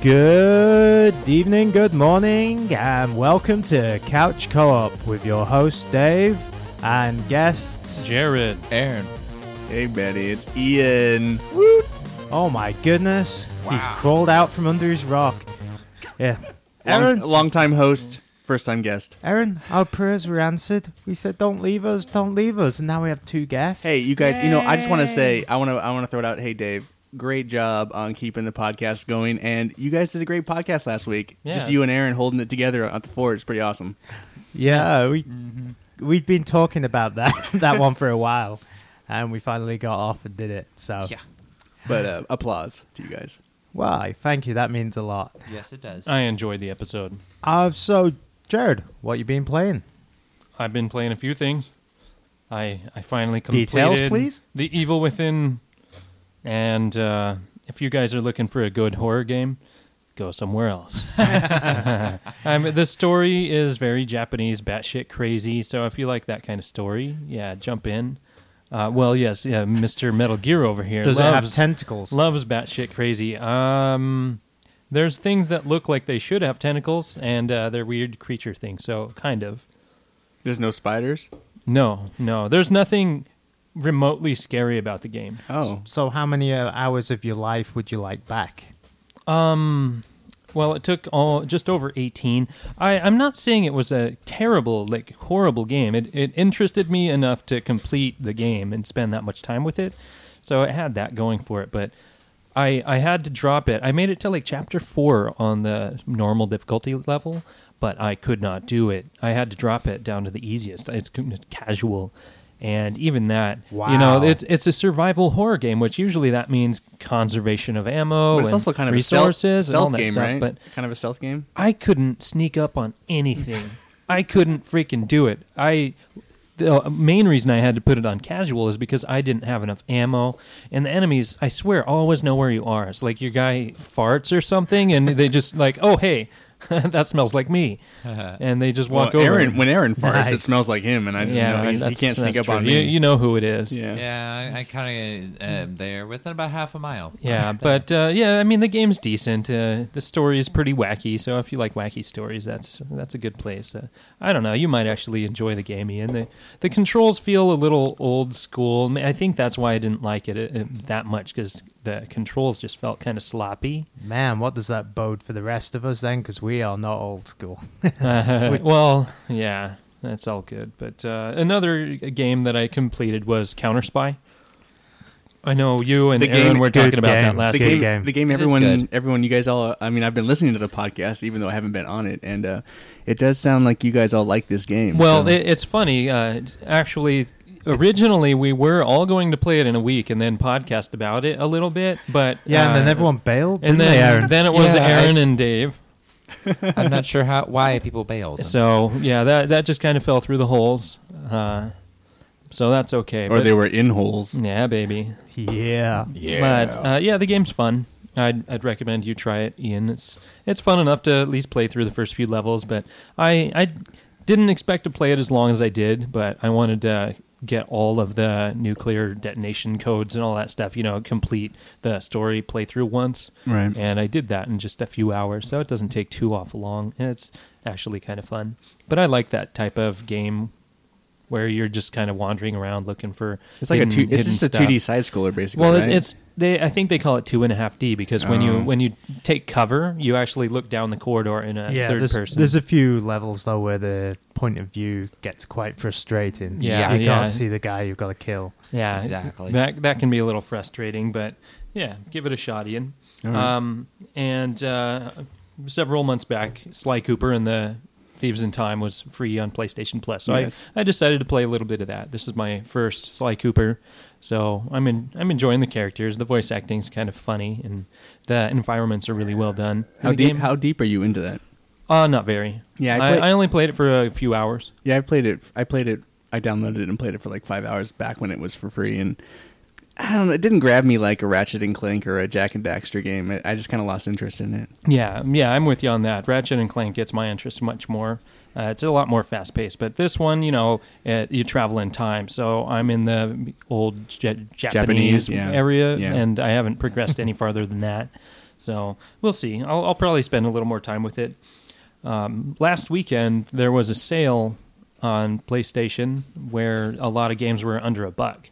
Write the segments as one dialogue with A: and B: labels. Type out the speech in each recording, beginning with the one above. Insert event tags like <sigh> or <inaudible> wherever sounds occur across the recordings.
A: Good evening, good morning, and welcome to Couch Co op with your host Dave and guests.
B: Jared. Aaron.
C: Hey, Betty, it's Ian.
A: Oh my goodness, he's crawled out from under his rock. Yeah.
C: Long,
A: Aaron,
C: longtime host, first time guest.
A: Aaron, our prayers were answered. We said, don't leave us, don't leave us. And now we have two guests.
C: Hey, you guys, you know, I just want to say, I want to, I want to throw it out. Hey, Dave, great job on keeping the podcast going, and you guys did a great podcast last week. Just
B: Yeah.
C: you and Aaron holding it together at the fort. It's pretty awesome.
A: Yeah, we
C: Mm-hmm.
A: we've been talking about
C: <laughs>
A: that that one for a while, and we finally got off and did it. So,
C: But uh, <laughs> applause to you guys.
A: why? Thank you. That means a lot.
D: Yes, it does.
B: I enjoyed the episode.
A: Uh, so, Jared, what you been playing?
B: I've been playing a few things. I I finally completed
A: Details, please?
B: The Evil Within, and uh, if you guys are looking for a good horror game, go
A: <laughs>
B: somewhere else. <laughs> um, the story is very Japanese, batshit crazy. So if you like that kind of story, yeah, jump in. Uh, well, yes, yeah, Mr. Metal Gear over here
A: Does it have
B: loves
A: tentacles?
B: loves batshit crazy. Um, there's things that look like they should have tentacles, and uh, they're weird creature things. So kind of.
C: There's no spiders.
B: No, no. There's nothing remotely scary about the game.
C: Oh,
A: so, how many uh, hours of your life would you like back?
B: Well, it took all just over 18. I, I'm not saying it was a terrible, like horrible game. It it interested me enough to complete the game and spend that much time with it. So it had that going for it, but I I had to drop it. I made it to like chapter 4 on the normal difficulty level, but I could not do it. I had to drop it down to the easiest. It's c- casual. And even that, you know,
A: Wow.
B: it's it's a survival horror game, which usually that means conservation of ammo
C: but it's
B: and
C: also kind of
B: Oh, resources
C: a stealth, stealth
B: and all that
C: game,
B: stuff.
C: right?
B: But
C: kind of a stealth game.
B: I couldn't sneak up on anything.
C: <laughs>
B: I couldn't freaking do it. I the uh, main reason I had to put it on casual is because I didn't have enough ammo, and the enemies, I swear, always know where you are. It's like your guy farts or something, and they just like, oh hey, <laughs> that smells like
C: <laughs>
B: me, and they just walk
C: Well,
B: over.
C: Aaron, when Aaron farts, it
A: Nice.
C: smells like him, and I just know he's, he
B: that's-
C: can't sneak
B: that's
C: up on
B: true.
C: me.
B: You, you know who it is.
C: yeah.
D: Yeah, Hmm. I, I kind of am there within about half a mile.
B: Yeah, but uh, yeah, I mean the game's decent. Uh, the story is pretty wacky, so if you like wacky stories, that's that's a good place. Uh, I don't know, you might actually enjoy the game, Ian. The the controls feel a little old school. I mean, I think that's why I didn't like it, uh, that much because the controls just felt kind of
C: <laughs>
B: sloppy.
A: Man, what does that bode for the rest of us then? Because we are not old school.
B: Uh, well, yeah, that's all good. But uh, another game that I completed was Counter Spy. I know you and
C: The
B: Aaron
C: game-
B: were talking
A: good
B: about that
A: game.
B: last
C: the
A: Good
B: week.
C: game,
A: game.
C: the game
D: It is
C: everyone
D: good.
C: everyone you guys all i mean i've been listening to the podcast even though i haven't been on it and uh, it does sound like you guys all like this game
B: Well,
C: so-
B: it, it's funny. Uh, actually, originally we were all going to play it in a week and then podcast about it a little bit, but
A: Yeah, and then
B: uh,
A: everyone bailed. didn't
B: and then
A: they, Aaron?
B: <laughs> then it was
D: Yeah, I-
B: Aaron and Dave.
D: <laughs> I'm not sure how why people bailed.
B: So yeah, that that just kind of fell through the holes. Uh, so that's okay.
C: or
B: but-
C: they were in holes
B: yeah, baby.
A: yeah.
B: But uh, yeah, the game's fun. I'd, I'd recommend you try it, Ian. It's it's fun enough to at least play through the first few levels, but I I didn't expect to play it as long as I did, but I wanted to get all of the nuclear detonation codes and all that stuff, you know, complete the story playthrough once.
C: Right.
B: And I did that in just a few hours, so it doesn't take too awful long, and it's actually kind of fun. But I like that type of game where you're just kind of wandering around looking for
C: it's like
B: hidden-
C: a two it's
B: hidden
C: just a
B: stuff.
C: 2d side scroller basically
B: Well,
C: right?
B: it it's they. I think they call it two and a half D because when
C: Oh.
B: you when you take cover, you actually look down the corridor in a
A: Yeah,
B: third
A: there's,
B: person.
A: there's a few levels though where the point of view gets quite frustrating.
B: Yeah,
A: you
B: yeah.
A: can't see the guy you've got to kill.
B: yeah,
D: Exactly.
B: That that can be a little frustrating, but yeah, give it a shot, Ian. Um, and uh, several months back, Sly Cooper and the Thieves in Time was free on PlayStation Plus, so
C: Yes.
B: I, I decided to play a little bit of that. This is my first Sly Cooper, so I'm in, I'm enjoying the characters. The voice acting's kind of funny, and the environments are really well done. And
C: how
B: the
C: deep
B: game-
C: how deep are you into that
B: Uh, not very.
C: Yeah, I
B: I,
C: play-
B: I only played it for a few hours.
C: yeah i played it i played it i downloaded it and played it for like five hours back when it was for free and I don't know. It didn't grab me like a Ratchet and Clank or a Jack and Daxter game. I I just kind of lost interest in it.
B: Yeah, yeah, I'm with you on that. Ratchet and Clank gets my interest much more. Uh, it's a lot more fast paced, but this one, you know, it, you travel in time. So I'm in the old ja- Japanese,
C: yeah.
B: area,
C: Yeah.
B: and I haven't progressed any farther than that. So we'll see. I'll, I'll probably spend a little more time with it. Um, last weekend there was a sale on PlayStation where a lot of games were under a buck.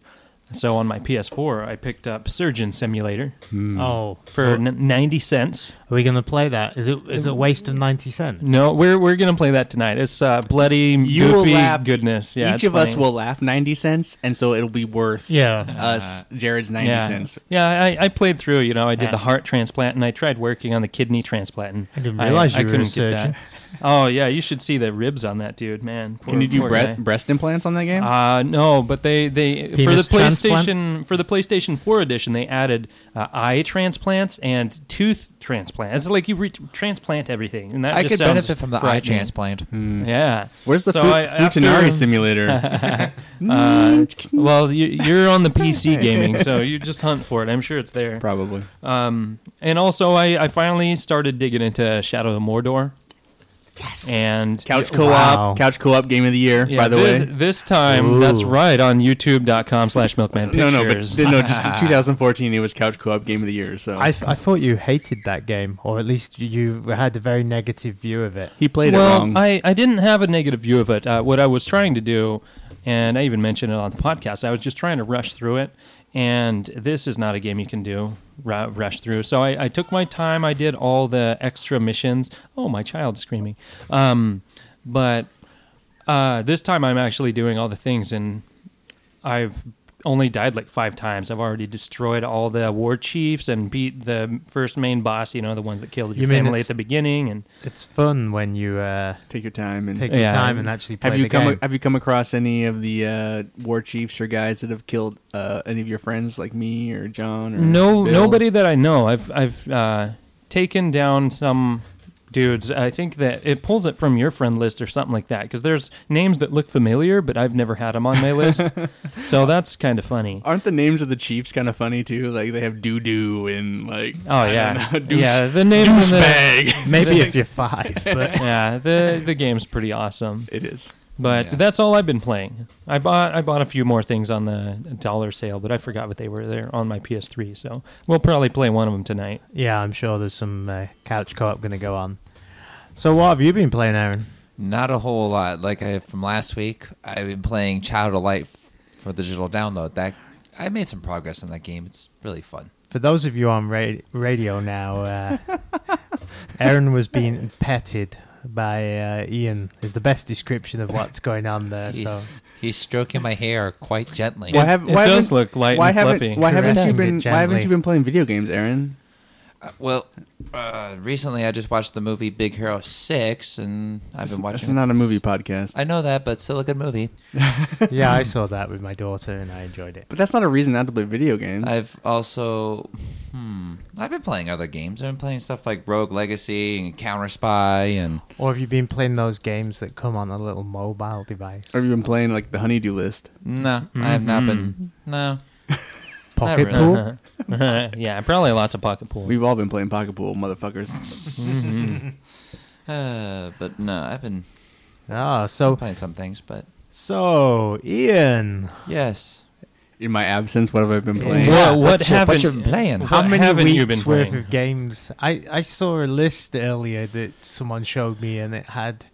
B: So on my PS4, I picked up Surgeon Simulator
A: Oh,
B: Mm. for
C: Mm-hmm.
B: n- ninety cents.
A: are we going to play that? Is it is it a waste of ninety cents?
B: No, we're we're gonna play that tonight. It's uh, bloody
C: You will
B: goofy
C: laugh.
B: goodness. Yeah,
C: Each
B: it's
C: of us
B: funny.
C: will laugh 90 cents, and so it'll be worth
A: Yeah.
C: us, Jared's 90
B: Yeah,
C: cents.
B: yeah. I, I played through. You know, I did
A: Yeah.
B: the heart transplant, and I tried working on the kidney transplant. And
A: I didn't realize you were a surgeon.
B: <laughs> Oh yeah, you should see the ribs on that dude, man. Poor-
C: Can you do
B: poor
C: bre-
B: guy.
C: breast implants on that game?
B: Uh, no, but they they for the
A: Penis
B: PlayStation
A: transplant?
B: for the PlayStation 4 edition they added uh, eye transplants and tooth transplants. It's like you re- transplant everything, and that
D: I
B: just
D: could
B: sounds
D: benefit from the eye
B: frightening.
D: transplant.
B: Yeah,
C: Where's the
B: So
C: fu-
B: I- after-
A: <laughs>
C: Futanari simulator?
B: uh, well, you, you're on the <laughs> PC gaming, so you just hunt for it. I'm sure it's there.
C: Probably.
A: Uh,
B: Um, and also, I, I finally started digging into Shadow of Mordor. Yes. And
C: Couch co-op,
A: Wow.
C: couch co-op game of the year.
B: yeah,
C: by the
B: thi-
C: way,
B: this time
A: Ooh.
B: that's right on YouTube.com slash Milkman
C: no,
B: Pictures.
C: no, but no,
B: <laughs>
C: just 2014. It was couch co-op game of the year. So
A: I, I thought you hated that game, or at least you had a very negative view of it.
C: he played
B: well,
C: it wrong.
B: I, I didn't have a negative view of it. Uh, what I was trying to do, and I even mentioned it on the podcast, I was just trying to rush through it. And this is not a game you can do ru- rush through. So I, I took my time. I did all the extra missions. Oh, my child's screaming. Um, but uh, this time I'm actually doing all the things, and I've only died like five times. I've already destroyed all the war chiefs and beat the first main boss. You know, the ones that killed your
A: You mean
B: family
A: it's-
B: at the beginning, and
A: It's fun when you uh,
C: Take your time and
A: take
B: Yeah.
A: your time and actually play
C: have you
A: the
C: come
A: game.
C: have you come across any of the uh, war chiefs or guys that have killed uh, any of your friends like me or John or
B: No,
C: Bill?
B: nobody that I know. I've I've uh, taken down some dudes. I think that it pulls it from your friend list or something like that because there's names that look familiar, but I've never had them on
C: <laughs>
B: my list. so that's kind of funny.
C: Aren't the names of the chiefs kind of funny too? Like they have doo doo and like
B: Oh
C: I
B: yeah,
C: don't know, <laughs> deuce-
B: yeah. The names of the <laughs>
C: douchebag.
A: Maybe <laughs> if you're five, but
B: yeah the the game's pretty awesome.
C: it is.
B: But
D: Yeah.
B: that's all I've been playing. I bought I bought a few more things on the dollar sale, but I forgot what they were. They're on my PS3, so we'll probably play one of them tonight. <laughs>
A: yeah, I'm sure there's some uh, couch co-op going to go on. So what have you been playing, Aaron?
D: Not a whole lot. Like I, from last week, I've been playing Child of Light f- for digital download. That I made some progress in that game. It's really fun.
A: For those of you on ra- radio now, uh, Aaron was being petted by uh, Ian. Is the best description of what's going on there. So
D: He's he's stroking my hair quite gently.
C: Why have-
B: it
C: why
B: does
C: haven't-
B: look light
C: why
B: and
C: haven't
B: fluffy.
C: why haven't you
A: Caressing
C: been
A: it
C: why haven't you
A: gently.
C: been playing video games, Aaron?
D: Uh, well, uh, recently I just watched the movie Big Hero Six, and I've been
C: This
D: watching.
C: is not a movie podcast.
D: I know that, but still a good movie.
A: <laughs> yeah, I saw that with my daughter and I enjoyed it.
C: But that's not a reason not to play video
A: Mm-hmm.
C: games.
D: I've also, hmm, I've been playing other games. I've been playing stuff like Rogue Legacy and Counter Spy, and
A: Or have you been playing those games that come on a little mobile device?
C: or have you been playing like the honeydew list?
D: no, I have not been.
A: Mm-hmm.
D: No,
A: Pocket
D: really.
A: pool?
B: yeah, probably lots of pocket pool.
C: We've all been playing pocket pool, motherfuckers.
B: <laughs>
D: uh, but no, I've been
A: Ah, so
D: playing some things. But
A: so Ian,
D: yes,
C: In my absence, what have I been playing?
B: What- what haven't-
D: you been playing?
B: What
A: how many
B: haven't
A: weeks
B: you been
A: worth
B: playing?
A: of games? I I saw a list earlier that someone showed me, and it had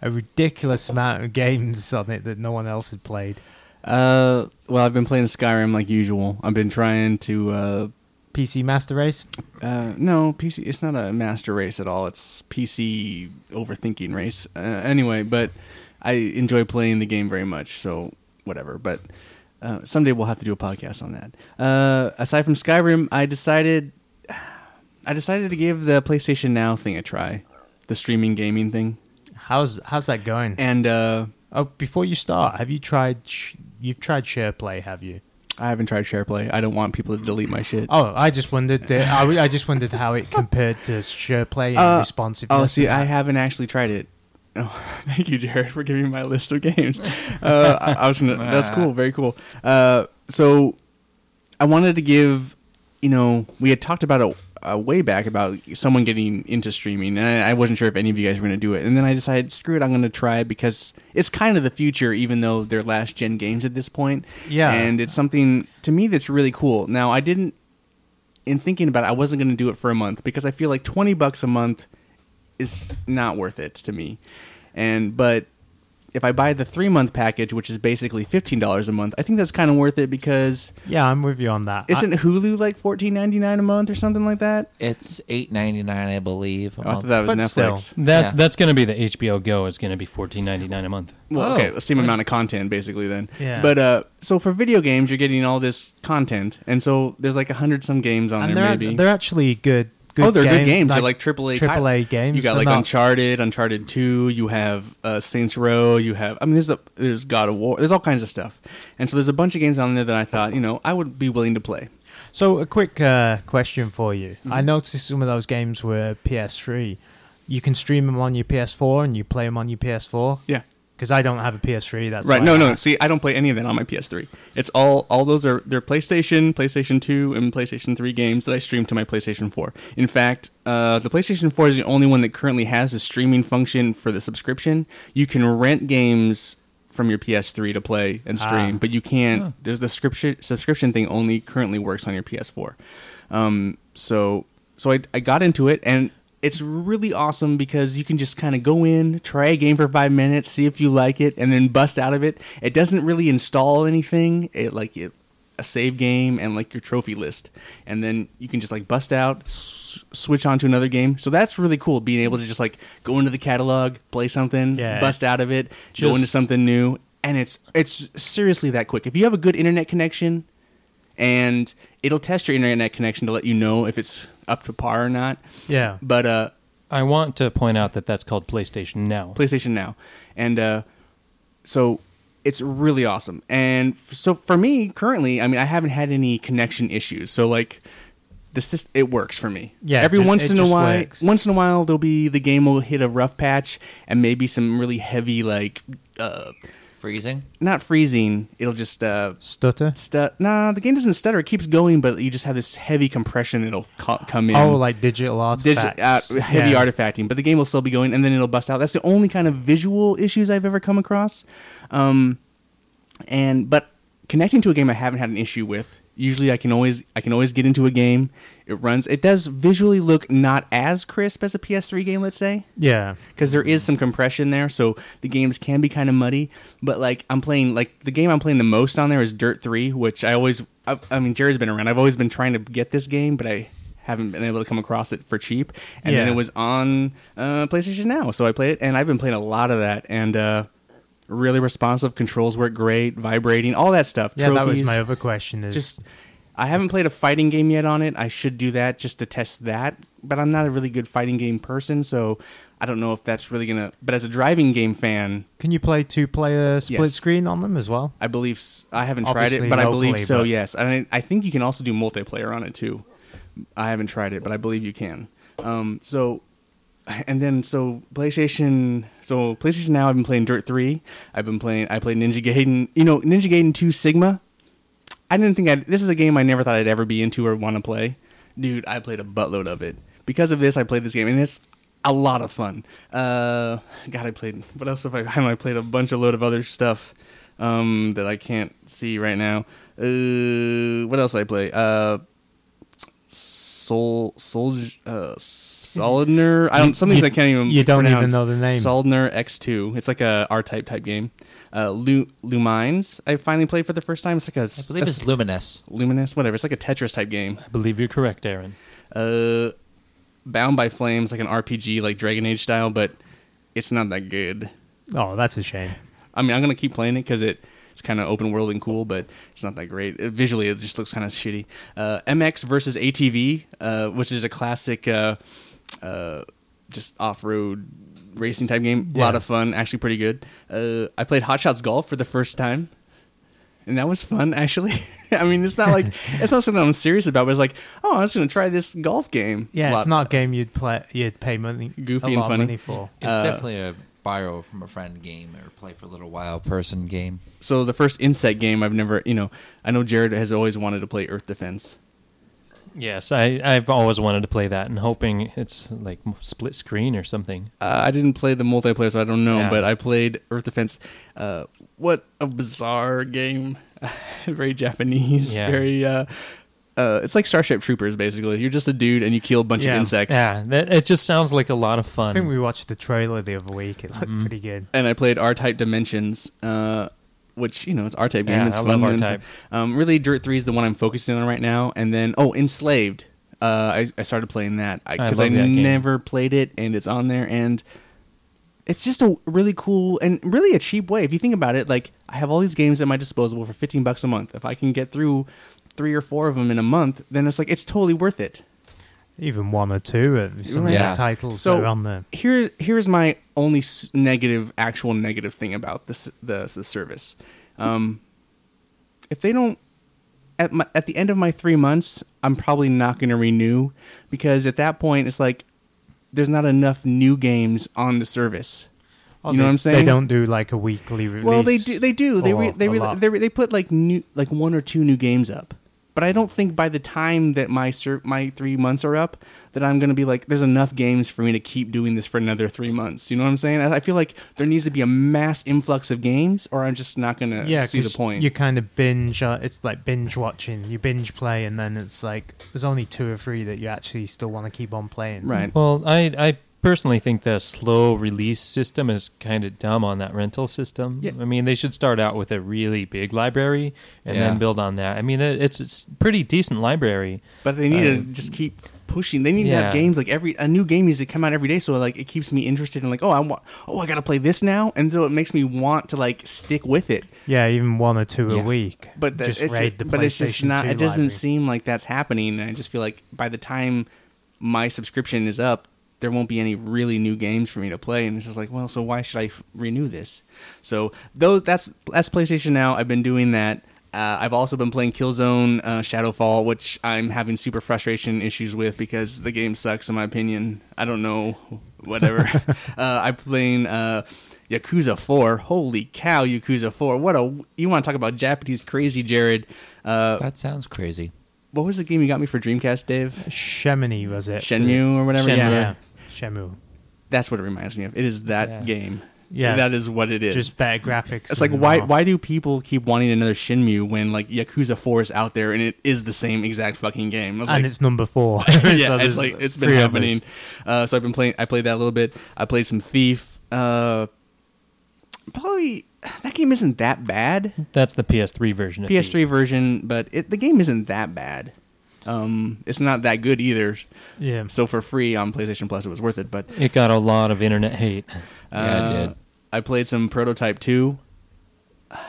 A: a ridiculous amount of games on it that no one else had played.
C: Uh, well, I've been playing Skyrim like usual. I've been trying to. Uh,
A: PC Master Race.
C: uh, no, PC. It's not a master race at all. It's PC overthinking race. Uh, anyway, but I enjoy playing the game very much. So whatever. But uh, someday we'll have to do a podcast on that. Uh, aside from Skyrim, I decided. I decided to give the PlayStation Now thing a try, the streaming gaming thing,
A: How's how's that going?
C: and uh,
A: Oh, before you start, have you tried? Sh- you've tried SharePlay, have you?
C: I haven't tried SharePlay. I don't want people to delete my shit.
A: Oh, I just wondered. The, I, w- I just wondered how it compared to SharePlay and
C: Uh,
A: responsiveness.
C: Oh, see,
A: and
C: I
A: that.
C: haven't actually tried it. <laughs> Oh, thank you, Jared, for giving me my list of games. Uh, I, I was gonna, that's cool, very cool. Uh, so, I wanted to give, you know, we had talked about it uh, way back about someone getting into streaming, and I, I wasn't sure if any of you guys were going to do it. And then I decided, screw it, I'm going to try it because it's kind of the future, even though they're last gen games at this point.
A: Yeah.
C: and it's something to me that's really cool. Now, I didn't in thinking about it, I wasn't going to do it for a month because I feel like twenty bucks a month is not worth it to me. And but if I buy the three month package, which is basically fifteen dollars a month, I think that's kind of worth it because
A: Yeah, I'm with you on that.
C: isn't Hulu like fourteen ninety nine a month or something like that?
D: It's eight ninety nine, I believe. a
C: Oh, I thought
D: month.
C: that was
A: But
C: Netflix.
A: still.
B: That's
D: Yeah.
B: that's going to be the HBO Go. It's going to be fourteen ninety nine a month.
C: Well,
D: Oh,
C: okay, the same amount
D: nice.
C: of content basically then.
A: Yeah.
C: But uh, so for video games, you're getting all this content, and so there's like a hundred some games on
A: and
C: there
A: they're
C: maybe.
A: they're actually good. good
C: oh, they're
A: games,
C: good games. they're like AAA, type-
A: AAA games.
C: You got
A: They're
C: like
A: not-
C: Uncharted, Uncharted Two. You have uh, Saints Row. You have I mean, there's a, there's God of War. There's all kinds of stuff, and so there's a bunch of games on there that I thought you know I would be willing to play.
A: So, a quick uh, question for you. I
C: Mm-hmm.
A: noticed some of those games were PS3. You can stream them on your PS4 and you play them on your PS4.
C: Yeah.
A: Because I don't have a PS3. That's
C: right.
A: why
C: No,
A: I-
C: no. See, I don't play any of that on my PS3. It's all all those are they're PlayStation, PlayStation 2, and PlayStation 3 games that I stream to my PlayStation 4. In fact, uh, the PlayStation 4 is the only one that currently has a streaming function for the subscription. You can rent games from your PS3 to play and stream,
A: Ah.
C: but you can't. There's the subscription subscription thing only currently works on your PS4. Um, so so I I got into it and. It's really awesome because you can just kind of go in, try a game for five minutes, see if you like it, and then bust out of it. It doesn't really install anything. It like it, a save game and like your trophy list, and then you can just like bust out, s- switch on to another game. So that's really cool. Being able to just like go into the catalog, play something,
A: Yeah.
C: bust out of it, go into
B: Just-
C: something new, and it's it's seriously that quick. If you have a good internet connection, and it'll test your internet connection to let you know if it's up to par or not.
A: Yeah.
C: But uh,
B: I want to point out that that's called PlayStation Now.
C: PlayStation Now, and uh, so it's really awesome. And f- so for me, currently, I mean, I haven't had any connection issues. So like. The system, it works for me.
A: Yeah,
C: Every
A: it-
C: once
A: it
C: in a
A: just
C: while,
A: works.
C: once in a while, there'll be the game will hit a rough patch and maybe some really heavy like, uh,
D: Freezing.
C: not freezing. It'll just uh,
A: Stutter?
C: stu- nah, the game doesn't stutter. It keeps going, but you just have this heavy compression. It'll co- come in.
A: Oh, like digital
C: Digi-
A: artifacts.
C: uh, heavy
A: Yeah.
C: artifacting, but the game will still be going, and then it'll bust out. That's the only kind of visual issues I've ever come across. Um, and but connecting to a game, I haven't had an issue with. Usually, I can always I can always get into a game. It runs. It does visually look not as crisp as a PS3 game, let's say
A: Yeah.
C: because there is some compression there, so the games can be kind of muddy. But like I'm playing, like the game I'm playing the most on there is Dirt Three, which I always, I, I mean, Jerry's been around. I've always been trying to get this game, but I haven't been able to come across it for cheap. And then
A: Yeah.
C: it was on uh, PlayStation Now, so I played it, and I've been playing a lot of that, and uh, really responsive controls work great, vibrating, all that stuff.
A: Yeah, that was
C: Trophies
A: my other question. Is
C: just I haven't played a fighting game yet on it. I should do that just to test that, but I'm not a really good fighting game person, so I don't know if that's really gonna. But as a driving game fan,
A: can you play two player split
C: Yes.
A: screen on them as well?
C: I believe s- I haven't tried it,
A: Obviously
C: but I believe
A: locally,
C: so.
A: but-
C: Yes, and I, I think you can also do multiplayer on it too. I haven't tried it, but I believe you can. Um, so, and then so PlayStation, so PlayStation now I've been playing Dirt Three. I've been playing. I played Ninja Gaiden. You know, Ninja Gaiden Two Sigma. I didn't think I'd. This is a game I never thought I'd ever be into or want to play. Dude, I played a buttload of it. Because of this, I played this game, and it's a lot of fun. Uh, God, I played. What else have I? <laughs> I, know, I played a bunch of load of other stuff um, that I can't see right now. Uh, what else did I play? Uh, Sol Sol uh, Solidner. I don't. Some things
A: you-
C: I can't even.
A: you don't even
C: pronounce.
A: know the name.
C: Solidner X two. It's like a R type type game. Uh, Lu- Lumines. I finally played for the first time. It's like a
D: I believe it's luminous.
C: Luminous, whatever. It's like a Tetris type game.
B: I believe you're correct, Aaron.
C: Uh, Bound by Flames, like an RPG, like Dragon Age style, but it's not that good.
A: Oh, that's a shame.
C: I mean, I'm gonna keep playing it because it, it's kind of open world and cool, but it's not that great. Uh, visually, it just looks kind of shitty. Uh, MX versus ATV, uh, which is a classic, uh, uh, just off road racing type game. A lot
A: Yeah.
C: of fun, actually pretty good. Uh, I played Hot Shots Golf for the first time. And that was fun, actually. <laughs> I mean, it's
A: <laughs>
C: not like it's not something I'm serious about, but it's like, oh, I'm just gonna try this golf game.
A: Yeah,
C: Lot-
A: it's not a game you'd play. You'd pay money,
C: Goofy
A: a
C: and
A: lot of
C: funny.
A: money for.
D: It's definitely a borrow from a friend game or play for a little while person game.
C: so the first insect game I've never, you know, I know Jared has always wanted to play Earth Defense.
B: Yes, I, I've always wanted to play that and hoping it's like m- split screen or something.
C: Uh, I didn't play the multiplayer, so I don't know.
B: Yeah.
C: But I played Earth Defense. Uh, what a bizarre game! <laughs> very Japanese.
B: Yeah.
C: Very. Uh, uh, it's like Starship Troopers. Basically, you're just a dude and you kill a bunch
A: Yeah.
C: of insects.
B: Yeah, that, it just sounds like a lot of
A: I
B: fun.
A: think we watched the trailer the other week. It
C: Mm-hmm.
A: looked pretty good.
C: and I played R Type Dimensions, uh, which you know it's R Type game.
B: Yeah,
C: it's
B: I
C: fun
B: love
C: and-
B: R-Type.
C: Um, really, Dirt Three is the one I'm focusing on right now, and then oh, Enslaved. Uh, I, I started playing that
B: I
C: because I,
B: love that game.
C: never played it, and it's on there, and it's just a really cool and really a cheap way. If you think about it, like I have all these games at my disposal for 15 bucks a month. If I can get through three or four of them in a month, then it's like it's totally worth it.
A: Even one or two of some
D: Yeah.
A: of the titles
C: So-
A: that are on there.
C: here's here's my only s- negative actual negative thing about this the, the service um, if they don't at my, at the end of my three months i'm probably not going to renew because at that point it's like there's not enough new games on the service
A: Oh,
C: you know
A: they,
C: what i'm saying
A: They don't do like a weekly release.
C: well they do they do they re,
A: or
C: they,
A: a
C: re,
A: lot.
C: they re- they put like new like one or two new games up but i don't think by the time that my ser- my 3 months are up that i'm going to be like there's enough games for me to keep doing this for another 3 months you know what i'm saying i, I feel like there needs to be a mass influx of games or i'm just not going to
A: yeah,
C: see the
A: 'cause
C: point
A: You kind of binge. Uh, it's like binge watching. You binge play, and then it's like there's only two or three that you actually still want to keep on playing.
C: right
B: Well, I I personally think the slow release system is kind of dumb on that rental system.
C: Yeah.
B: I mean, they should start out with a really big library and
D: Yeah.
B: then build on that. I mean, it, it's it's pretty decent library.
C: but they need
B: I-
C: to
A: Uh,
C: just keep pushing they need to have
B: Yeah.
C: games like every a new game needs to come out every day so like it keeps me interested in like oh i want oh i gotta play this now and so it makes me want to like stick with it
A: Yeah, even one or two
D: Yeah.
A: a week.
C: but that-
A: just
C: it's
A: raid
C: just-
A: the PlayStation
C: but it's just not
A: 2
C: it doesn't
A: library.
C: seem like that's happening and i just feel like by the time my subscription is up there won't be any really new games for me to play and it's just like well so why should i f- renew this so those that's that's playstation now i've been doing that uh, I've also been playing Killzone uh, Shadowfall, which I'm having super frustration issues with because the game sucks, in my opinion. I don't know, whatever. uh, I'm playing uh, Yakuza 4. Holy cow, Yakuza 4. What a. You want to talk about Japanese crazy, Jared. Uh,
D: That sounds crazy.
C: what was the game you got me for
A: <laughs>
C: Dreamcast, Dave?
A: Shemini was it?
C: Shenmue or whatever?
B: Shenmue.
A: Yeah.
C: Yeah.
A: Shemu.
C: That's what it reminds me of. It is that
B: Yeah.
C: game.
A: Yeah.
C: That is what it is.
A: Just better graphics.
C: it's like
A: and
C: why
A: more.
C: why do people keep wanting another Shinmu when like Yakuza 4 is out there and it is the same exact fucking game? I was
A: And
C: like,
A: it's number four. <laughs>
C: <laughs> yeah,
A: So
C: it's
A: there's
C: like it's been
A: three of us.
C: happening. Uh, so I've been playing. I played that a little bit. I played some Thief. Uh, probably that game isn't that bad.
B: That's the PS3 version. Of
C: PS3
B: Thief.
C: version, but it, the game isn't that bad. Um, it's not that good either.
A: Yeah.
C: So for free on PlayStation Plus, it was worth it. But
B: It got a lot of internet hate.
D: Yeah,
C: uh,
D: it did.
C: I played some Prototype Two. <sighs> I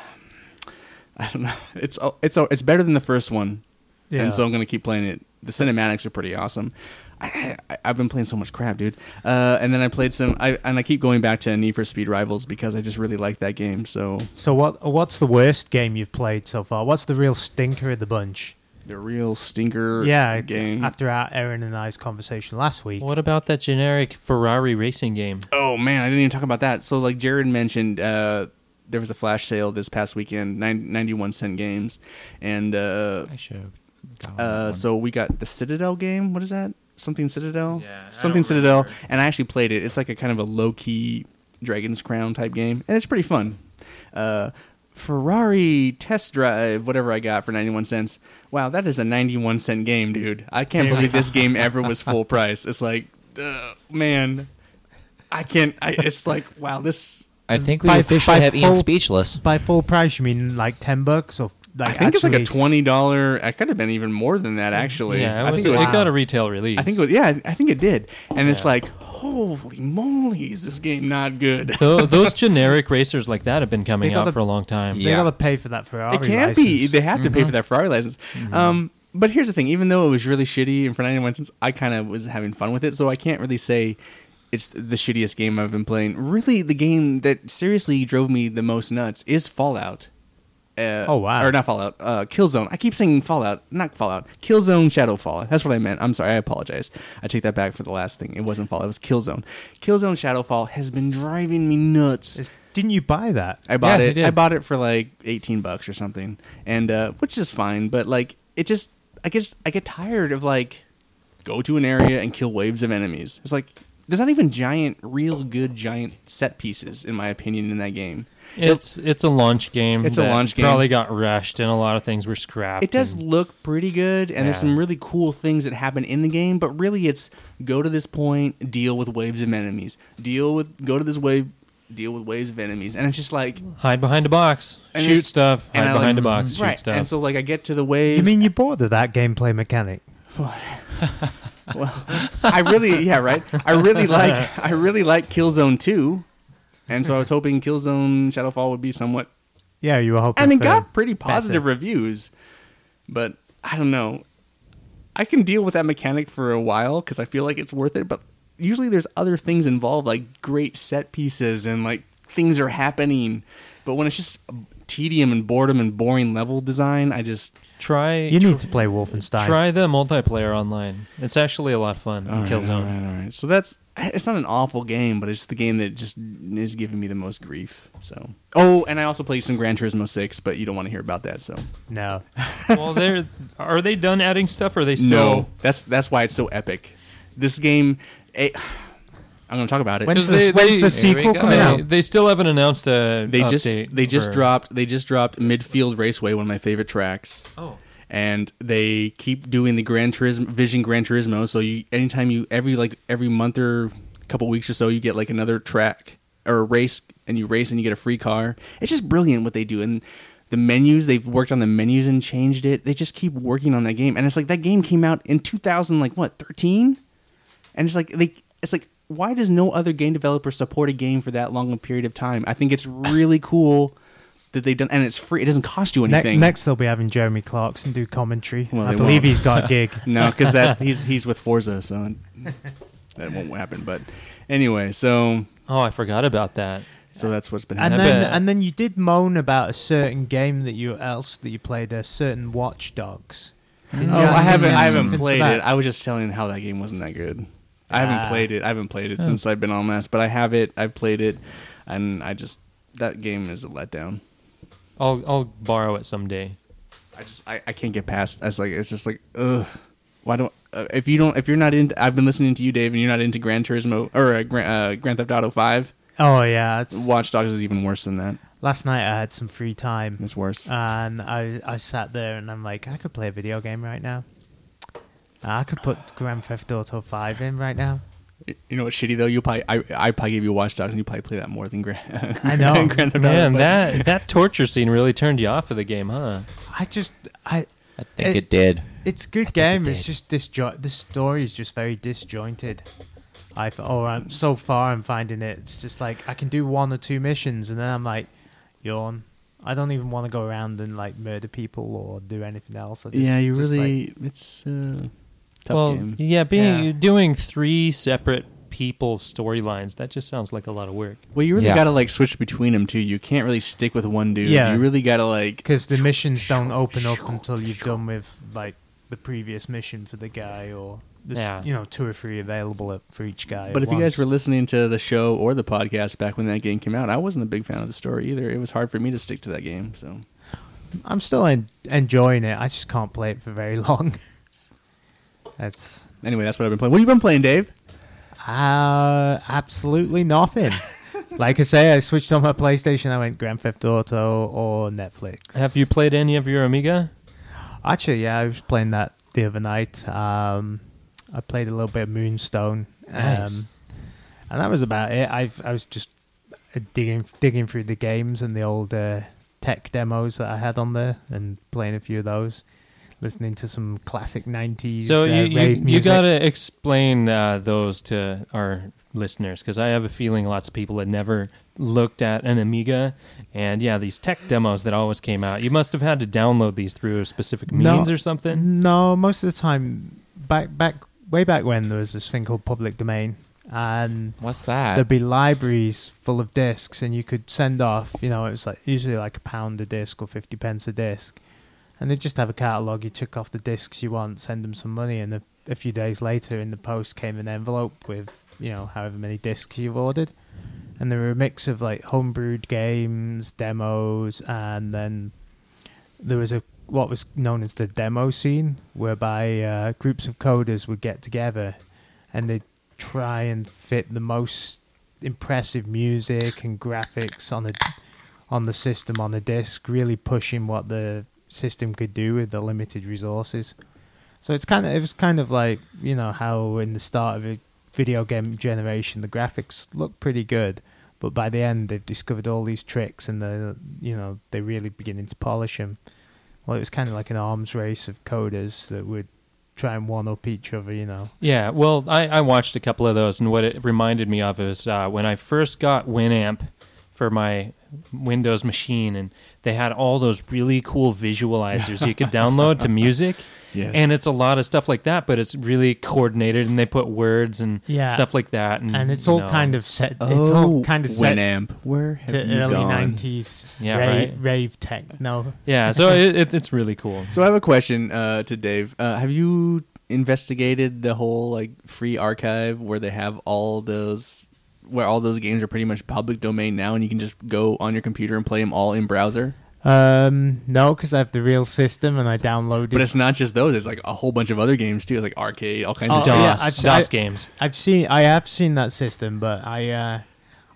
C: don't know. <laughs> It's uh, it's it's better than the first one.
A: yeah.
C: And so I'm gonna keep playing it. The cinematics are pretty awesome. I, I, I've been playing so much crap, dude. Uh, and then I played some, I, and I keep going back to Need for Speed Rivals because I just really like that game. So
A: So what? What's the worst game you've played so far? What's the real stinker of the bunch?
C: the real stinker,
A: Yeah,
C: game.
A: After our Aaron and I's conversation last week,
B: What about that generic Ferrari racing game?
C: Oh man, I didn't even talk about that. So like Jared mentioned, uh, there was a flash sale this past weekend, nine- 91 cent games, and uh,
D: I should. have
C: uh, so we got the Citadel game. What is that? Something Citadel.
B: Yeah, I
C: Something
B: don't
C: Citadel.
B: remember.
C: And I actually played it. It's like a kind of a low key Dragon's Crown type game, and it's pretty fun. Uh, Ferrari test drive, whatever I got for ninety one cents. Wow, that is a ninety one cent game, dude. I can't believe this game ever was
B: <laughs>
C: full price. It's like, uh, man, I can't. I, it's like, wow, this.
D: I think we
A: By-
D: officially
A: by
D: have Ian
A: full-
D: speechless.
A: by full price you mean like ten bucks or
C: I
A: like
C: think it's like a
A: actually-
C: twenty dollar. I could have been even more than that, actually.
B: Yeah, it,
C: I
B: was,
C: think
B: it
A: was-
B: got a retail release.
C: I think it was, yeah, I think it did. And it's
B: Yeah.
C: like, holy moly, is this game not good?
B: <laughs> Tho- those generic racers like that have been coming
A: got
B: out
A: the-
B: for a long time.
A: They
D: Yeah.
A: gotta pay for that Ferrari.
C: it can't be.
A: license.
C: They have to pay for that Ferrari license. Um, but here's the thing: even though it was really shitty, and for 91 cents, I kind of was having fun with it. So I can't really say it's the shittiest game I've been playing. Really, the game that seriously drove me the most nuts is Fallout. Uh,
A: Oh, wow.
C: Or not Fallout. Uh, Killzone. I keep saying Fallout, not Fallout. Killzone Shadowfall. That's what I meant. I'm sorry. I apologize. I take that back for the last thing. It wasn't Fallout. It was Killzone. Killzone Shadowfall has been driving me nuts.
A: It's- didn't you buy that?
C: I bought
B: Yeah, he
C: it.
B: did.
C: I bought it for like eighteen bucks or something, and uh, which is fine. But like, it just I guess I get tired of like go to an area and kill waves of enemies. It's like there's not even giant, real good giant set pieces in my opinion in that game.
B: It's it's a launch game.
C: It's a
B: that
C: launch game.
B: Probably got rushed, and a lot of things were scrapped.
C: It does
B: and-
C: look pretty good, and there's
B: Yeah.
C: some really cool things that happen in the game. But really, it's go to this point, deal with waves of enemies, deal with go to this wave, deal with waves of enemies, and it's just like
B: hide behind a box,
C: And
B: shoot
C: it's-
B: stuff,
C: and
B: hide
C: I like-
B: behind a box,
C: right.
B: shoot stuff.
C: And so like I get to the
A: You
C: waves.
A: mean you're bored of that gameplay mechanic?
C: well, <laughs> I really yeah right. I
B: <laughs>
C: really like I really like Killzone two, and so I was hoping Killzone Shadowfall would be somewhat
A: Yeah, you were hoping.
C: and it
A: for
C: got pretty positive
A: better.
C: reviews. But I don't know. I can deal with that mechanic for a while because I feel like it's worth it. But usually there's other things involved, like great set pieces and like things are happening. But when it's just tedium and boredom and boring level design, I just
B: try
A: You need to play Wolfenstein.
B: try the multiplayer online. It's actually a lot of fun. in Killzone.
C: All right, all right. So that's it's not an awful game, but it's the game that just is giving me the most grief. So oh, and I also played some Gran Turismo Six, but you don't want to hear about that. So
A: No,
B: well, they're are they done adding stuff? Or are they still?
C: No, that's that's why it's so epic. This game, eh, I'm going to talk about it.
A: When-
B: 'Cause
A: When's the- when's the
D: Here we
A: sequel
D: go.
A: coming
B: they,
A: out?
B: they still haven't announced a.
C: they just
B: update
C: they just
B: for-
C: dropped they just dropped Midfield Raceway, one of my favorite tracks.
B: Oh.
C: And they keep doing the Gran Turismo Vision Gran Turismo. So you anytime you every like every month or couple weeks or so you get like another track or a race and you race and you get a free car. It's just brilliant what they do and the menus they've worked on the menus and changed it. They just keep working on that game and it's like that game came out in 2000 like what 13? And it's like they it's like why does no other game developer support a game for that long a period of time? I think it's really cool that they've done and it's free. It doesn't cost you
A: ne-
C: anything.
A: next they'll be having Jeremy Clarkson do commentary.
C: Well,
A: I
C: they
A: believe
C: won't.
A: he's got a
C: <laughs>
A: gig.
C: <laughs> No, because that he's he's with Forza, so that won't happen. But anyway, so
B: Oh, I forgot about that.
C: so that's what's been
A: And
B: I
C: happening.
A: then,
B: bet.
A: and then you did moan about a certain game that you else that you played, a certain Watch Dogs. Didn't
C: oh,
A: you-
C: I
A: didn't
C: haven't
A: you
C: I
A: have
C: haven't
A: something for
C: played
A: that?
C: it. I was just telling how that game wasn't that good. I
A: Ah.
C: haven't played it. I haven't played it since I've been on last, but I have it. I've played it, and I just that game is a letdown.
B: I'll I'll borrow it someday.
C: I just I, I can't get past. I was like it's just like ugh. Why don't uh, if you don't if you're not into I've been listening to you Dave and you're not into Gran Turismo or uh, Gran, uh, Grand Theft Auto Five.
A: Oh yeah, it's,
C: Watch Dogs is even worse than that.
A: last night I had some free time
C: It's worse.
A: and I I sat there and I'm like I could play a video game right now. I could put Grand Theft Auto Five in right now.
C: you know what's shitty though? You probably I, I probably give you Watch Dogs and you probably play that more than Gran. <laughs>
A: I know.
C: Grand Theft Auto
B: Man,
A: <laughs>
C: Five.
B: that that torture scene really turned you off of the game, huh?
A: I just I
D: I think
A: It-
D: it, did.
A: It's a good
D: think
A: game.
D: it
A: It's
D: did.
A: just disjoint. The story is just very disjointed. I f- or I'm so far I'm finding it. It's just like I can do one or two missions, and then I'm like, yawn. I don't even want to go around and like murder people or do anything else. I just-
C: Yeah, you
A: just, like-
C: really it's uh, tough
B: well,
C: game.
B: yeah, being
A: Yeah.
B: doing three separate people storylines that just sounds like a lot of work.
C: Well, you really
D: Yeah.
C: gotta like switch between them too. You can't really stick with one dude.
A: Yeah.
C: you really gotta like
A: because the missions don't open up until you've done with like the previous mission for the guy or there's
B: Yeah.
A: you know two or three available at- for each guy.
C: But
A: at
C: if you
A: once.
C: guys were listening to the show or the podcast back when that game came out, I wasn't a big fan of the story either. It was hard for me to stick to that game. So
A: I'm still en- enjoying it. I just can't play it for very <laughs> long. That's
C: anyway, that's what I've been playing. What have you been playing, Dave?
A: Uh, absolutely
B: <laughs>
A: nothing. like I say, I switched on my PlayStation. I went Grand Theft Auto or Netflix.
B: Have you played any of your Amiga?
A: Actually, yeah, I was playing that the other night. Um, I played a little bit of Moonstone.
B: Nice.
A: Um, and that was about it. I I was just uh, digging digging through the games and the old uh, tech demos that I had on there and playing a few of those, listening to some classic '90s
B: So
A: uh,
B: you you,
A: rave
B: you
A: music.
B: gotta explain uh, those to our listeners because I have a feeling lots of people had never looked at an Amiga, and yeah, these tech demos that always came out. You must have had to download these through a specific
A: No.
B: means or something.
A: No, most of the time, back back way back when there was this thing called public domain, and
D: What's that?
A: there'd be libraries full of discs, and you could send off. You know, it was like usually like a pound a disc or fifty pence a disc, and they just have a catalog. You took off the discs you want, send them some money, and a, a few days later, in the post came an envelope with you know however many discs you've ordered. And there were a mix of like homebrewed games, demos, and then there was a what was known as the demo scene, whereby uh, groups of coders would get together and they'd try and fit the most impressive music and graphics on the on the system on the disc, really pushing what the system could do with the limited resources. So it's kind of it was kind of like you know how in the start of a video game generation the graphics look pretty good, but by the end they've discovered all these tricks and the you know they're really beginning to polish them. Well, it was kind of like an arms race of coders that would try and one up each other, you know.
B: Yeah, well, I, I watched a couple of those, and what it reminded me of is uh, when I first got Winamp for my Windows machine, and they had all those really cool visualizers you could download
A: <laughs>
B: to music.
C: Yes.
B: And it's a lot of stuff like that, but it's really coordinated, and they put words and
A: Yeah.
B: stuff like that. And,
A: And it's
B: Mm, you
A: all
B: know, Oh,
A: kind of set. it's
C: Oh,
A: all kind of set
C: Winamp. Where have
A: to
C: you
A: early
C: gone?
A: nineties
B: Yeah,
A: rave,
B: right.
A: rave techno. <laughs>
B: yeah. So it, it, it's really cool.
C: So I have a question uh, to Dave. Uh, have you investigated the whole like free archive where they have all those where all those games are pretty much public domain now, and you can just go on your computer and play them all in browser?
A: Um, no, because I have the real system and I downloaded.
C: But it's not just those; it's like a whole bunch of other games too, like arcade, all kinds
A: <laughs> Oh,
C: of.
A: yeah,
B: DOS,
A: I've-
B: DOS
A: I-
B: games.
A: I've seen I have seen that system, but I uh,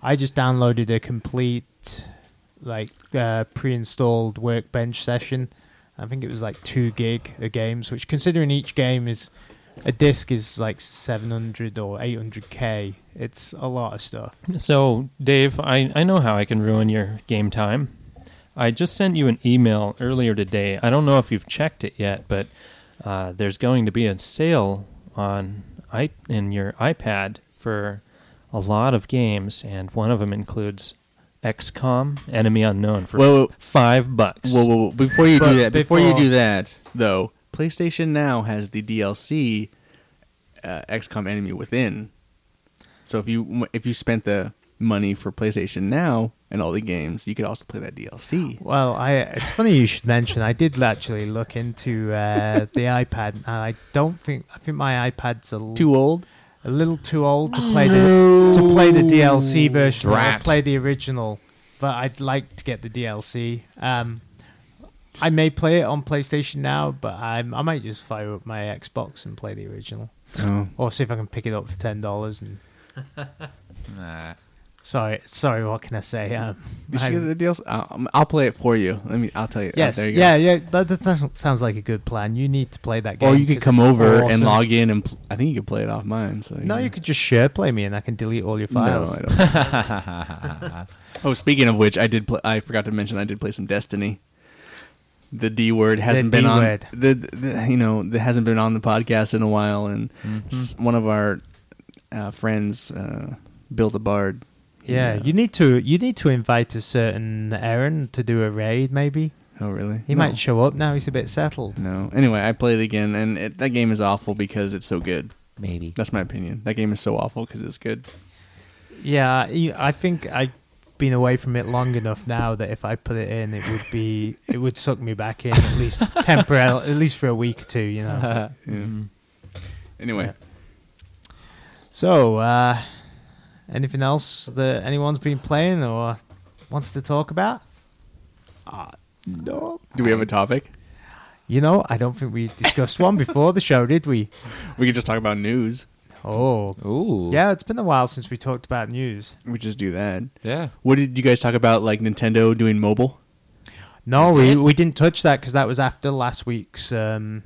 A: I just downloaded a complete like uh, pre-installed workbench session. I think it was like two gig of games, which considering each game is a disc is like seven hundred or eight hundred k. It's a lot of stuff.
B: So, Dave, I, I know how I can ruin your game time. I just sent you an email earlier today. I don't know if you've checked it yet, but uh, there's going to be a sale on i in your iPad for a lot of games, and one of them includes XCOM: Enemy Unknown for
C: Whoa, whoa.
B: five bucks.
C: Whoa, whoa, whoa. Before you
A: But
C: do that, before, you
A: before-
C: do that, though, PlayStation Now has the DLC uh, XCOM Enemy Within. So if you if you spent the money for PlayStation Now and all the games, you could also play that DLC.
A: Well, I it's funny you should mention. I did actually look into uh, the iPad, and I don't think I think my iPad's a l-
C: Too old?
A: a little too old to play the to play the DLC version. I
D: Drat.
A: play the original, but I'd like to get the DLC. Um, I may play it on PlayStation now, but I'm, I might just fire up my Xbox and play the original,
C: Oh.
A: or see if I can pick it up for ten dollars. And
D: Nah.
A: sorry, sorry, what can I say? Um,
C: Did
A: I'm-
C: you get the DLC? I'll, Uh, um, I'll play it for you. Let me. I'll tell you.
A: yes,
C: Oh, there you go.
A: yeah, yeah. That, that sounds- sounds like a good plan. You need to play that game.
C: Or you could
A: 'cause
C: come
A: it's
C: over and
A: awesome.
C: log in, and pl- I think you could play it off mine. So
A: No, you could just share play me, and I can delete all your files.
C: No, I don't. <laughs> oh, speaking of which, I did. Play, I forgot to mention I did play some Destiny. The D word hasn't been
A: D-word.
C: on the, the you know that hasn't been on the podcast in a while, and s- one of our uh, friends, uh, Bill the Bard. he,
A: yeah,
C: uh,
A: you need to you need to invite a certain Aaron to do a raid, maybe.
C: oh really?
A: He
C: No.
A: might show up now. He's a bit settled.
C: No. Anyway, I played again, and it, that game is awful because it's so good.
D: Maybe.
C: That's my opinion. That game is so awful because it's good.
A: Yeah, he- I think I've been away from it long enough now that if I put it in, it would be it would suck me back in at
C: <laughs>
A: least temporarily, at least for a week or two, you know.
C: Yeah. Mm-hmm. Anyway,
A: Yeah. So, uh, anything else that anyone's been playing or wants to talk about?
C: Uh, no. Do we have a topic?
A: You know, I don't think we discussed one before the show, did we?
C: We could just talk about news.
A: Oh,
D: Ooh.
A: yeah. It's been a while since we talked about news.
C: We just do that.
D: Yeah.
C: What did you guys talk about? Like Nintendo doing mobile?
A: No, we, we didn't touch that because that was after last week's. Um,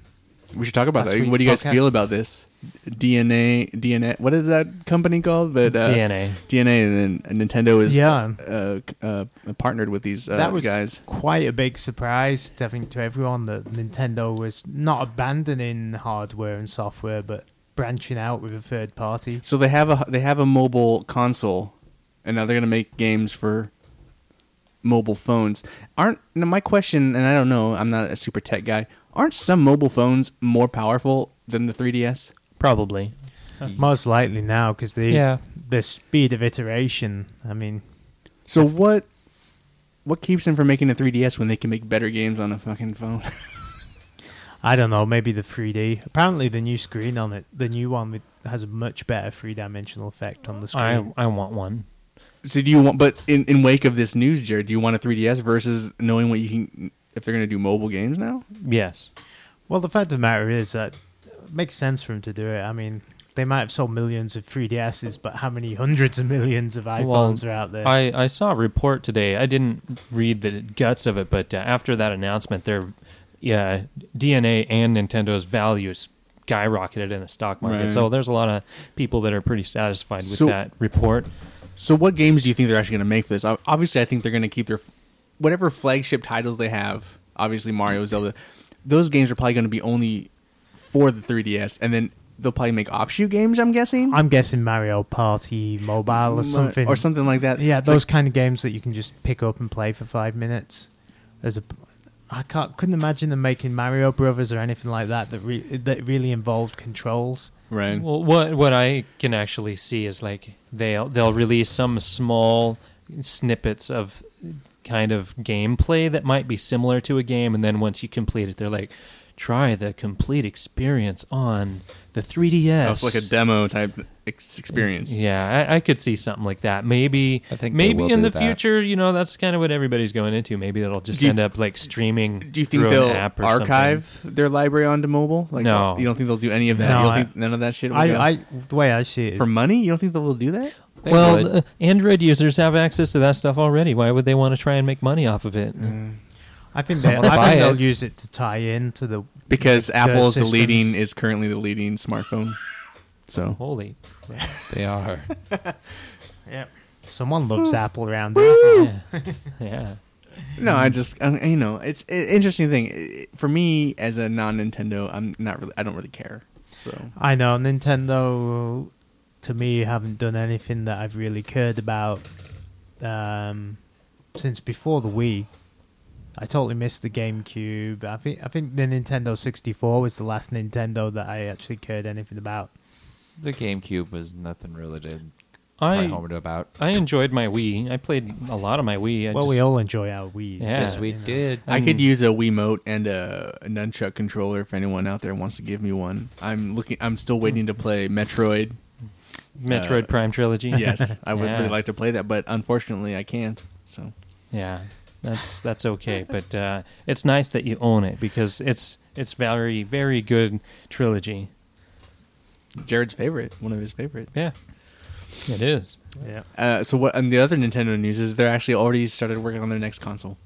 C: We should talk about
A: Last
C: that.
A: week's
C: What do you guys
A: podcast.
C: feel about this? DNA, DNA. What is that company called? But uh,
B: DNA.
C: DNA, and then Nintendo is
A: Yeah.
C: uh, c- uh, partnered with these uh,
A: that was
C: guys.
A: quite a big surprise, I think, to everyone that Nintendo was not abandoning hardware and software, but branching out with a third party.
C: So they have a they have a mobile console, and now they're gonna make games for mobile phones. Aren't now my question? And I don't know. I'm not a super tech guy. Aren't some mobile phones more powerful than the 3DS?
B: Probably.
A: Most likely now because the
D: Yeah.
A: the speed of iteration. I mean,
C: So what what keeps them from making a 3DS when they can make better games on a fucking phone? <laughs>
A: I don't know. Maybe the 3D. Apparently, the new screen on it, the new one, with, has a much better three dimensional effect on the
B: I
A: screen.
B: I want one.
C: so do you want but in, in wake of this news, Jared, do you want a 3DS versus knowing what you can if they're going to do mobile games now?
B: Yes.
A: well, the fact of the matter is that it makes sense for him to do it. I mean, They might have sold millions of 3DSs, but how many hundreds of millions of iPhones are out there?
B: I, I saw a report today. I didn't read the guts of it, but uh, after that announcement, their yeah, DNA and Nintendo's values skyrocketed in the stock market.
C: Right.
B: So there's a lot of people that are pretty satisfied with
C: So-
B: that report.
C: So, what games do you think they're actually going to make for this? Ob- Obviously, I think they're going to keep their f- whatever flagship titles they have. Obviously, Mario, Zelda. Those games are probably going to be only for the 3DS, and then they'll probably make offshoot games. I'm guessing,
A: I'm guessing Mario Party Mobile or something.
C: or something like that.
A: Yeah,
C: So-
A: those kind of games that you can just pick up and play for five minutes. There's a, I can't, couldn't imagine them making Mario Brothers or anything like that that re, that really involved controls.
C: right?
B: Well, what what I can actually see is like they'll they'll release some small snippets of kind of gameplay that might be similar to a game, and then once you complete it, they're like, try the complete experience on the 3ds.
C: That's like a demo type ex- experience.
B: Yeah, I, I could see something like that. Maybe
D: I think they
B: maybe
D: will
B: in the
D: do that.
B: future, you know, that's kind of what everybody's going into. Maybe that'll just
C: Do you
B: end up like streaming.
C: Do you think
B: through
C: they'll
B: an app or
C: archive
B: Something.
C: their library onto mobile? Like,
B: No.
C: you don't think they'll do any of that?
A: No,
C: you don't
A: I-
C: think none of that shit. Will go?
A: I, I, the way I see it, is
C: for money, you don't think they will do that?
D: They
B: well,
D: would.
B: uh, Android users have access to that stuff already. Why would they want to try and make money off of it?
A: I think they,
D: Someone buy
A: I think
D: it.
A: they'll use it to tie in to the
C: Because Apple is the
A: systems.
C: leading is currently the leading smartphone. So
B: Holy.
D: they are.
A: yeah. Someone loves Apple around there.
B: Yeah. yeah.
C: No, I just I, you know it's an interesting thing It- for me as a non Nintendo. I'm not really I don't really care. So
A: I know Nintendo, to me, haven't done anything that I've really cared about um, since before the Wii. I totally missed the GameCube. I think I think the Nintendo 64 was the last Nintendo that I actually cared anything about.
D: The GameCube was nothing really to
B: I-
D: write home to about.
B: I enjoyed my Wii. I played a lot of my Wii. I
A: well,
B: just-
A: we all enjoy our Wii.
B: Yeah,
D: yes, we
A: you know.
D: did.
C: I
B: Hmm.
C: could use a Wiimote and a, a nunchuck controller if anyone out there wants to give me one. I'm looking. I'm still waiting to play Metroid.
B: Metroid
C: uh,
B: Prime Trilogy.
C: Yes, I would
B: Yeah.
C: really like to play that, but unfortunately, I can't. So
B: <laughs> Yeah, that's that's okay, but uh, it's nice that you own it because it's it's very very good trilogy.
C: Jared's favorite, one of his favorite.
B: Yeah, it is.
A: Yeah,
C: Uh, so what? And the other Nintendo news is they're actually already started working on their next console.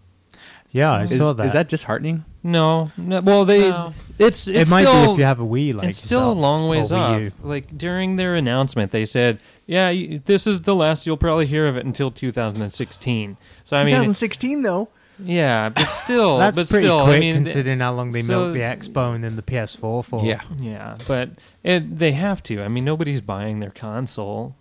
A: yeah, I
C: is,
A: saw that.
C: Is that disheartening?
B: No, no well they
D: No.
B: it's
A: it
B: it's
A: might
B: still,
A: be if you have a Wii. Like
B: it's still a
A: yourself,
B: long ways
A: or Wii
B: off.
A: U.
B: Like during their announcement, they said, "Yeah, you, this is the last you'll probably hear of it until 2016." So I mean,
C: 2016 though.
B: yeah, but
A: <laughs>
B: still,
A: That's
B: but
A: pretty
B: still,
A: quick
B: I mean, th-
A: considering how long they
B: so-
A: milked the Xbone and the PS4 for.
D: Yeah.
B: yeah, but it, they have to. I mean, nobody's buying their console.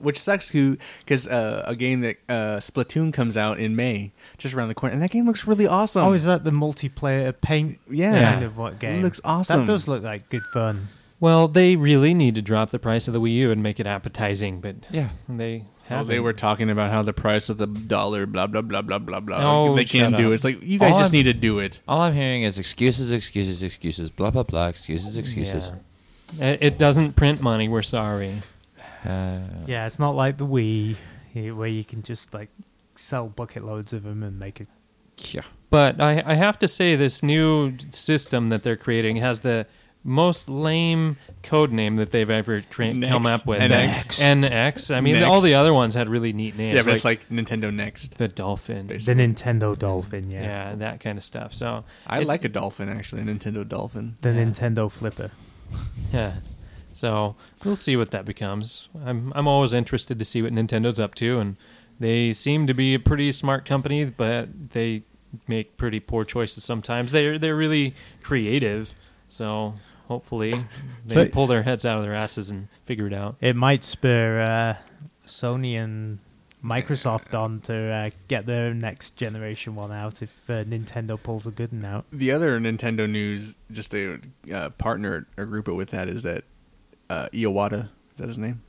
C: which sucks who because uh, a game that uh, splatoon comes out in may just around the corner and that game looks really awesome
A: Oh, is that the multiplayer paint
C: Yeah.
A: kind of what game?
C: looks awesome.
A: That does look like good fun.
B: Well, they really need to drop the price of the Wii U and make it appetizing, but
D: Yeah.
B: they
C: Oh,
B: have.
C: they were talking about how the price of the dollar, blah blah blah blah blah blah.
B: Oh,
C: they can't
B: shut
C: do
B: up.
C: it. It's like you guys
D: All
C: just
D: I'm-
C: need to do it.
D: All I'm hearing is excuses, excuses, excuses, blah blah blah, excuses, excuses.
B: It it doesn't print money. We're sorry.
D: Uh,
A: Yeah, it's not like the Wii eh, where you can just like sell bucket loads of them and make it.
D: yeah.
B: But I, I have to say, this new system that they're creating has the most lame code name that they've ever cre-
C: Next.
B: come up with.
C: NX.
B: NX. I mean, all
C: Next.
B: the other ones had really neat names.
C: yeah, but it's like Nintendo Next.
B: the dolphin.
A: The Nintendo Dolphin, yeah.
B: Yeah. that kind of stuff. So
C: I
B: it-
C: like a dolphin actually, a Nintendo dolphin.
A: The
B: Yeah.
A: Nintendo Flipper.
B: Yeah. So we'll see what that becomes. I'm I'm always interested to see what Nintendo's up to, and they seem to be a pretty smart company, but they make pretty poor choices sometimes. They're they're really creative, so hopefully they
A: But-
B: pull their heads out of their asses and figure it out.
A: It might spur uh, Sony and Microsoft on to uh, get their next generation one out if uh, Nintendo pulls a good one out.
C: The other Nintendo news, just to uh, partner or group it with that, is that uh, Iwata, is that his name?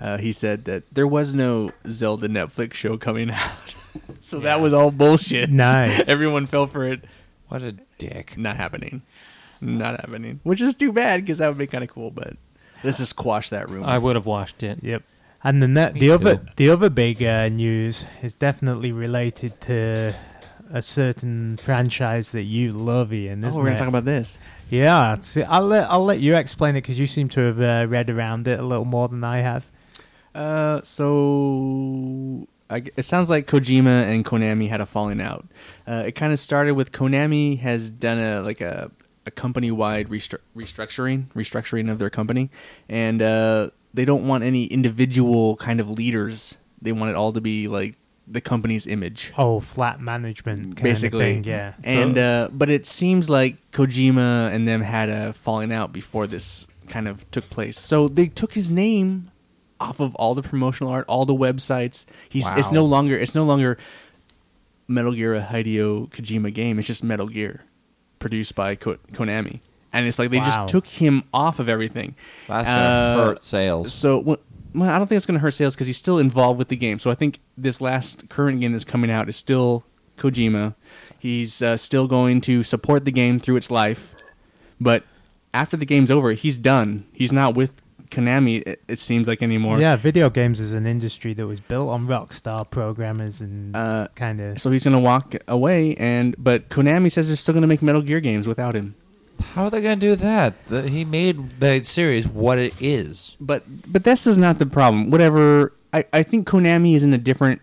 C: Uh, he said that there was no Zelda Netflix show coming <laughs> out, so that was all bullshit.
A: Nice.
C: <laughs> Everyone fell for it.
D: What a dick.
C: Not happening. Not happening. Which is too bad because that would be kind of cool. But let's just quash that rumor.
B: I would have watched it.
A: Yep. And the ne-
D: Me
A: the other
D: too.
A: the other big uh, news is definitely related to a certain franchise that you love, Ian.
C: Oh,
A: Isn't
C: we're gonna
A: it?
C: talk about this.
A: Yeah, see, I'll let I'll let you explain it because you seem to have uh, read around it a little more than I have.
C: Uh, so I g it sounds like Kojima and Konami had a falling out. Uh, it kind of started with Konami has done a like a, a company wide restru- restructuring restructuring of their company, and uh, they don't want any individual kind of leaders. They want it all to be like the company's image.
A: Oh, flat management, kind
C: Basically,
A: of thing, yeah.
C: And uh, but it seems like Kojima and them had a falling out before this kind of took place. So they took his name off of all the promotional art, all the websites. He's it's
D: Wow.
C: no longer it's no longer Metal Gear a Hideo Kojima game. It's just Metal Gear, produced by Ko- Konami. And it's like they
A: Wow.
C: just took him off of everything.
D: That's
C: Uh,
D: gonna hurt sales.
C: so well, well, I don't think it's going to hurt sales because he's still involved with the game. So I think this last current game that's coming out is still Kojima. He's uh, still going to support the game through its life, but after the game's over, he's done. He's not with Konami. It, it seems like anymore.
A: yeah, video games is an industry that was built on rock star programmers and
C: Uh,
A: kind of.
C: So he's going to walk away, and but Konami says they're still going to make Metal Gear games without him.
D: How are they gonna do that? The, he made the series what it is.
C: but but this is not the problem. Whatever I, I think Konami is in a different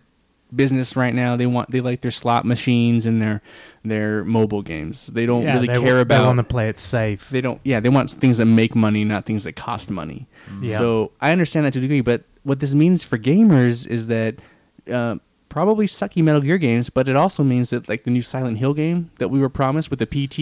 C: business right now. They want they like their slot machines and their their mobile games. They don't
A: yeah,
C: really
A: they
C: care
A: w-
C: about
A: They want to play it safe.
C: they don't yeah, they want things that make money, not things that cost money.
A: Yeah.
C: So I understand that to a degree, but what this means for gamers is that uh, probably sucky Metal Gear games, but it also means that like the new Silent Hill game that we were promised with the PT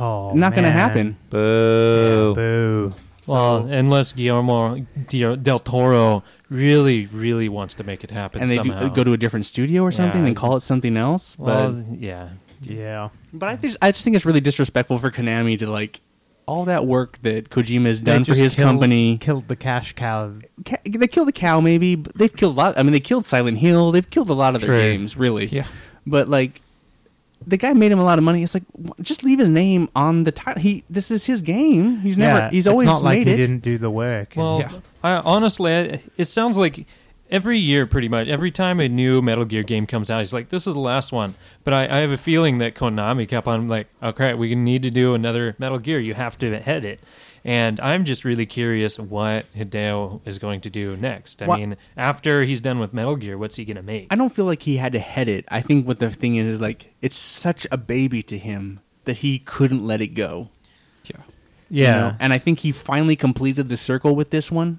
A: Oh,
C: not going to
A: man.
C: happen.
D: Boo.
A: Boo.
B: well, unless Guillermo Di- del Toro really, really wants to make it happen
C: And they do,
B: somehow.
C: go to a different studio or something
B: Yeah.
C: and call it something else.
B: well,
C: but
B: yeah.
A: Yeah.
C: But I just, I just think it's really disrespectful for Konami to like all that work that Kojima has done
A: They
C: for
A: just
C: his
A: killed-
C: company.
A: Killed the cash cow.
C: Ca- they killed the cow, maybe. But they've killed a lot. I mean, they killed Silent Hill. They've killed a lot of
B: True.
C: their games, really.
D: Yeah.
C: But like, the guy made him a lot of money. It's like w- just leave his name on the title. He this is his game. He's never.
A: Yeah,
C: he's
A: it's
C: always
A: not like
C: made
A: he
C: it.
A: didn't do the work.
B: Well,
D: Yeah.
B: I, honestly, I, it sounds like every year, pretty much, every time a new Metal Gear game comes out, he's like, this is the last one. But I, I have a feeling that Konami kept on like, okay, we need to do another Metal Gear. You have to head it. And I'm just really curious what Hideo is going to do next. I
C: Wha-
B: mean, after he's done with Metal Gear, what's he going to make?
C: I don't feel like he had to head it. I think what the thing is is like it's such a baby to him that he couldn't let it go.
D: Yeah.
C: you
A: yeah.
C: know? and i think he finally completed the circle with this one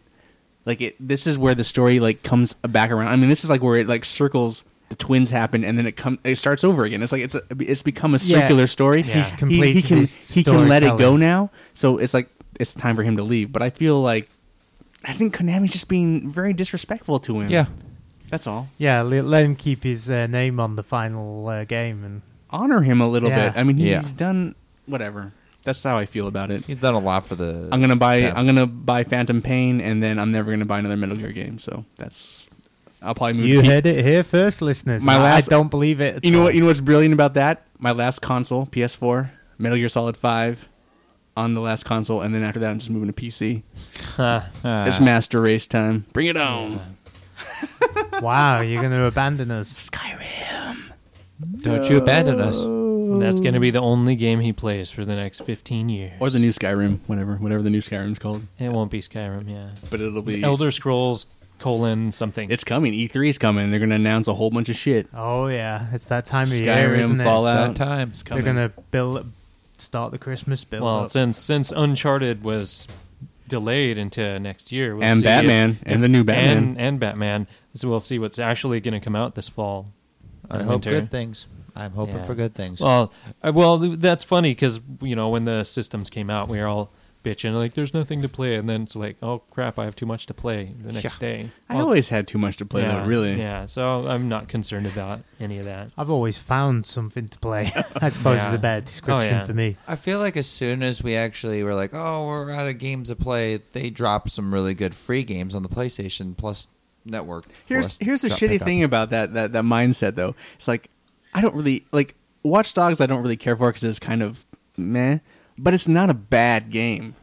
C: like it this is where the story like comes back around i mean this is like where it like circles the twins happen and then it come it starts over again it's like it's a, it's become a
A: Yeah.
C: circular story
B: Yeah.
A: He's
B: He-
C: he,
B: he
C: he
A: completed
C: can
A: his
C: he can let it go
A: storytelling.
C: now so it's like it's time for him to leave but i feel like i think konami's just being very disrespectful to him
D: Yeah.
C: that's all
A: Yeah, le- let him keep his uh, name on the final uh, game, and
C: honor him a little
A: Yeah.
C: bit i mean he's
D: Yeah.
C: done whatever that's how i feel about it
D: He's done a lot for the.
C: I'm gonna buy
D: Yeah.
C: I'm gonna buy Phantom Pain, and then I'm never gonna buy another Metal Gear game. So that's I'll probably move.
A: you
C: P-
A: heard it here first, listeners.
C: My
A: I-
C: last-
A: I don't believe it. at
C: you know
A: all.
C: what? You know what's brilliant about that? My last console, PS4, Metal Gear Solid Five, on the last console, and then after that, I'm just moving to <laughs> PC. it's Master Race time. Bring it on.
A: wow, you're going to abandon us.
C: Skyrim.
D: Don't you abandon us.
B: That's going to be the only game he plays for the next 15 years.
C: Or the new Skyrim, whatever, whatever the new Skyrim's called.
B: It won't be Skyrim, yeah.
C: But it'll be
B: Elder Scrolls colon something.
C: It's coming. E3's coming. They're gonna announce a whole bunch of shit.
A: Oh yeah, it's that time of year,
C: Skyrim,
A: isn't
C: Fallout.
D: That time.
C: It's
A: it? They're
C: coming.
A: going to build, start the Christmas build.
B: Well,
A: up.
B: since since Uncharted was delayed into next year, we'll
C: And
B: see if-
C: Batman, and the new Batman.
B: and, and Batman, so we'll see what's actually going to come out this fall.
D: I
B: and
D: hope
B: winter.
D: good things. I'm hoping
B: Yeah.
D: for good things.
B: Well, I, well, that's funny because you know when the systems came out, we were all bitching like, "There's nothing to play," and then it's like, "Oh crap, I have too much to play the next day."
C: I always had too much to play
B: yeah,
C: though. Really.
B: yeah. So I'm not concerned about any of that.
A: I've always found something to
C: <laughs>
A: play. I suppose
B: Yeah. Oh,
A: is a better description
B: yeah.
A: for me.
D: I feel like as soon as we actually were like, oh, we're out of games to play, they dropped some really good free games on the PlayStation Plus network. for
C: Here's
D: us to
C: here's the
D: drop-
C: shitty
D: pick up.
C: thing about that that that mindset though. It's like I don't really like Watch Dogs. I don't really care for because it's kind of meh, but it's not a bad game.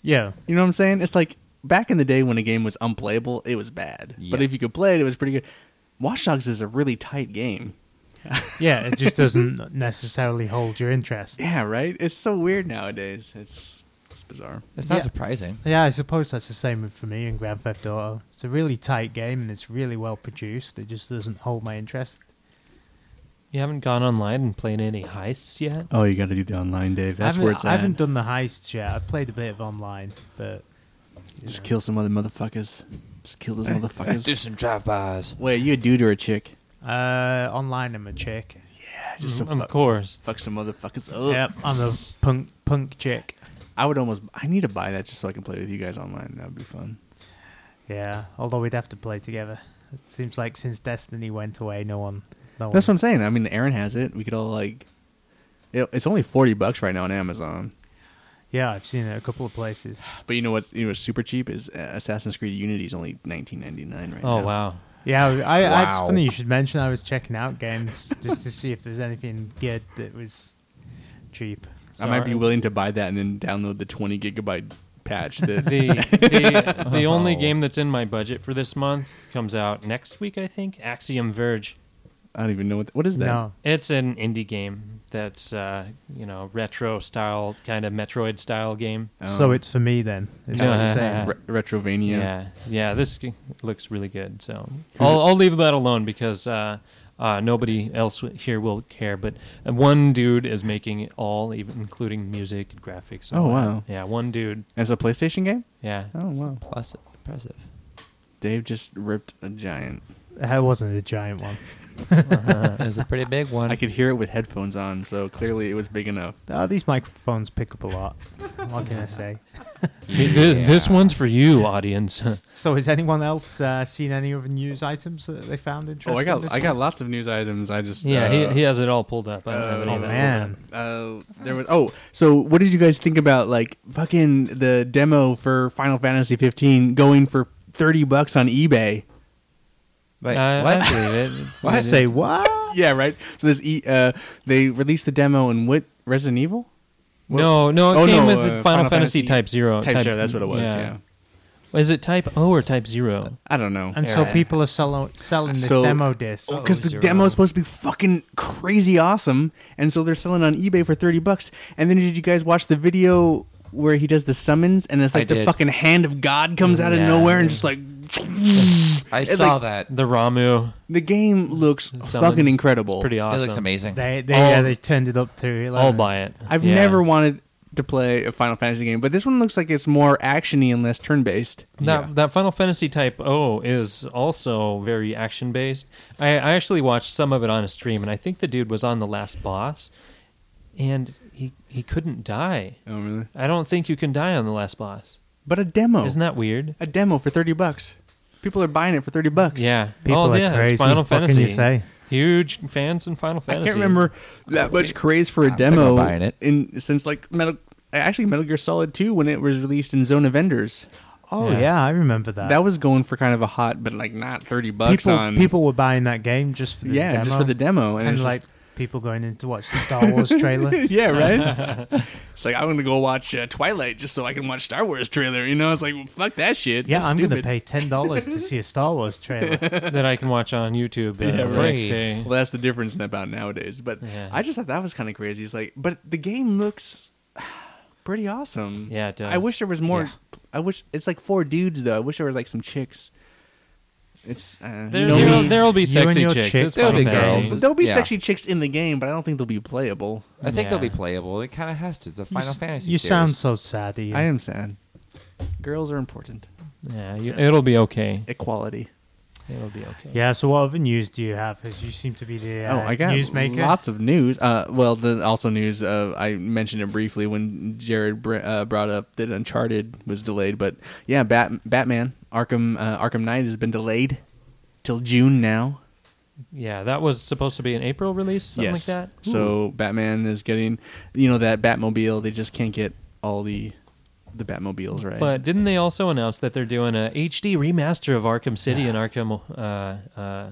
A: Yeah,
C: You know what I'm saying? It's like back in the day when a game was unplayable, it was bad. But
D: Yeah.
C: if you could play it, it was pretty good. Watch Dogs is a really tight game.
A: yeah, it just doesn't <laughs> necessarily hold your interest.
C: Yeah, right. It's so weird nowadays. It's it's bizarre.
D: It's not
A: Yeah.
D: surprising.
A: Yeah, I suppose that's the same with- for me in Grand Theft Auto. It's a really tight game and it's really well produced. It just doesn't hold my interest.
B: You haven't gone online and played any heists yet?
C: Oh, you got to do the online, Dave.
A: I haven't, I haven't done the heists yet. I've played a bit of online, but you
C: Just
A: know.
C: kill some other motherfuckers. Just kill
D: <laughs>
C: those
D: Do
C: motherfuckers.
D: some drive-bys.
C: Wait, you a dude or a chick?
A: Uh, online, I'm a chick.
C: Yeah, just
B: Mm, of course.
C: Fuck some motherfuckers up.
A: Yep, I'm a punk punk chick.
C: I would almost. I need to buy that just so I can play with you guys online. That would be fun.
A: Yeah, although we'd have to play together. It seems like since Destiny went away, no one.
B: Oh.
A: No
C: That's what
A: one.
C: I'm saying. I mean, Aaron has it. We could all like. it- It's only forty bucks right now on Amazon.
A: Yeah, I've seen it a couple of places.
C: But you know what's you know what's super cheap is uh, Assassin's Creed Unity is only nineteen ninety nine right now.
B: Oh, wow.
A: Yeah, I, I, it's
D: Wow.
A: funny you should mention. I was checking out games just to see if there's anything good that was cheap.
C: I might be
B: Sorry.
C: willing to buy that and then download the twenty gigabyte
B: <laughs>
C: patch. That
B: the the, the only
D: Oh.
B: game that's in my budget for this month comes out next week, I think. Axiom Verge.
C: I don't even know what what is that.
A: No,
B: It's an indie game that's uh, you know retro style, kind of Metroid style game. Uh-huh.
C: Um,
A: so it's for me then. Is what you're saying.
C: re- retrovania.
B: Yeah, yeah. This g- looks really good. So I'll, I'll leave that alone because uh, uh, nobody else w- here will care. But uh, one dude is making it all, even including music and graphics. and
C: Oh,
B: all that.
C: wow.
B: Yeah, one dude.
C: And it's a PlayStation game.
B: Yeah.
C: Oh wow!
D: Plus, impressive.
C: Dave just ripped a giant.
A: It wasn't a giant one.
D: It was a pretty big one.
C: I could hear it with headphones on, so clearly it was big enough.
A: Oh, these microphones pick up a lot. What can I say?
B: Th- This, this one's for you, audience. <laughs>
A: So, has anyone else uh, seen any other news items that they found interesting?
C: Oh, I got
A: this
C: I
A: week?
C: got lots of news items. I just
B: yeah,
C: uh,
B: he, he has it all pulled up. I don't have any
A: Oh
B: of that.
A: man,
C: Uh, there was oh so what did you guys think about like fucking the demo for Final Fantasy 15 going for 30 bucks on eBay?
D: Wait,
B: I,
D: what?
B: I believe it.
D: <laughs> What?
A: say what?
C: Yeah, right. So this e- uh they released the demo in what Resident Evil?
B: No, no, it
C: Oh, no,
B: came with
C: uh,
B: Final,
C: Final
B: Fantasy,
C: Fantasy
B: Type Zero.
C: Type Zero, that's what it was, yeah.
B: Is it Type O or Type Zero?
C: I don't know.
A: And so
D: Yeah.
A: people are selling selling this
C: So-
A: demo disc.
D: Oh,
C: because the
D: zero.
C: demo is supposed to be fucking crazy awesome, and so they're selling on eBay for thirty bucks. And then did you guys watch the video where he does the summons, and it's
D: I
C: like the
D: did.
C: fucking hand of God comes out of
B: Yeah.
C: nowhere and just like
D: I
C: It's
D: saw
C: like-
D: that.
B: The Ramu.
C: the game looks fucking incredible.
B: It's pretty
D: It
B: awesome.
D: looks amazing.
A: They they
B: I'll-
C: Oh.
A: yeah, they turned it up to
B: I'll
A: 11.
B: buy it.
C: I've
B: Yeah.
C: never wanted to play a Final Fantasy game, but this one looks like it's more actiony and less turn based.
B: That that Final Fantasy Type O is also very action based. I, I actually watched some of it on a stream, and I think the dude was on the last boss, and he he couldn't die.
C: Oh really?
B: I don't think you can die on the last boss.
C: But a demo,
B: Isn't that weird?
C: a demo for thirty bucks. People are buying it for thirty bucks.
B: Yeah.
A: People
B: oh,
A: are
B: yeah.
A: crazy.
B: It's Final
A: What can you
B: Fantasy.
A: say?
B: Huge fans in Final
C: I
B: Fantasy.
C: can't remember that much craze for a
D: think I'm
C: demo
D: buying it.
C: in since like Metal. Actually, Metal Gear Solid 2 when it was released in Zone of Enders.
A: Oh
B: Yeah.
A: yeah. I remember that.
C: that was going for kind of a hot, but like not thirty bucks
A: people
C: on
A: people were buying that game just for the
C: Yeah,
A: demo.
C: just for the demo, and
A: and
C: it's
A: like
C: like
A: people going in to watch the Star Wars
C: <laughs>
A: trailer.
C: <laughs> yeah, right. it's like I'm gonna go watch uh, Twilight just so I can watch Star Wars trailer. You know, it's like well, fuck that shit.
A: Yeah,
C: That's
A: I'm gonna
C: stupid.
A: pay ten dollars to see a Star Wars trailer.
B: that I can watch on
C: <laughs>
B: YouTube uh,
D: Yeah,
B: the
D: right.
B: next day.
C: Well, that's the difference in about nowadays. But
B: Yeah.
C: I just thought that was kind of crazy. It's like, but the game looks <sighs> pretty awesome.
B: Yeah, it does.
C: I wish there was more.
D: Yeah.
C: I wish it's like four dudes though. I wish there were like some chicks. It's uh,
B: There,
C: you know
B: there'll,
C: me.
B: there'll be
A: You
B: sexy
A: and your
B: chicks.
A: chicks.
B: It's
D: There'll
B: Final
D: be
B: Fantasy.
D: girls.
C: There'll be
D: Yeah.
C: sexy chicks in the game, but I don't think they'll be playable.
D: I think they'll be
B: Yeah.
D: playable. It kind of has to. It's a Final Fantasy.
A: you
D: series.
A: sound so sad. Ian.
C: I am sad. Girls are important.
B: Yeah, you, it'll be okay.
C: Equality.
B: It'll be okay.
A: Yeah. So what other news do you have? Because you seem to be the uh,
C: oh, I got
A: newsmaker.
C: lots of news. Uh, well, the, also news. Uh, I mentioned it briefly when Jared br- uh, brought up that Uncharted was delayed, but yeah, Bat- Batman Arkham uh, Arkham Knight has been delayed till June now.
B: Yeah, that was supposed to be an April release, something
C: yes.
B: like that.
C: So Batman is getting, you know, that Batmobile. They just can't get all the the Batmobiles right.
B: But didn't they also announce that they're doing a HD remaster of Arkham City and Arkham uh, uh,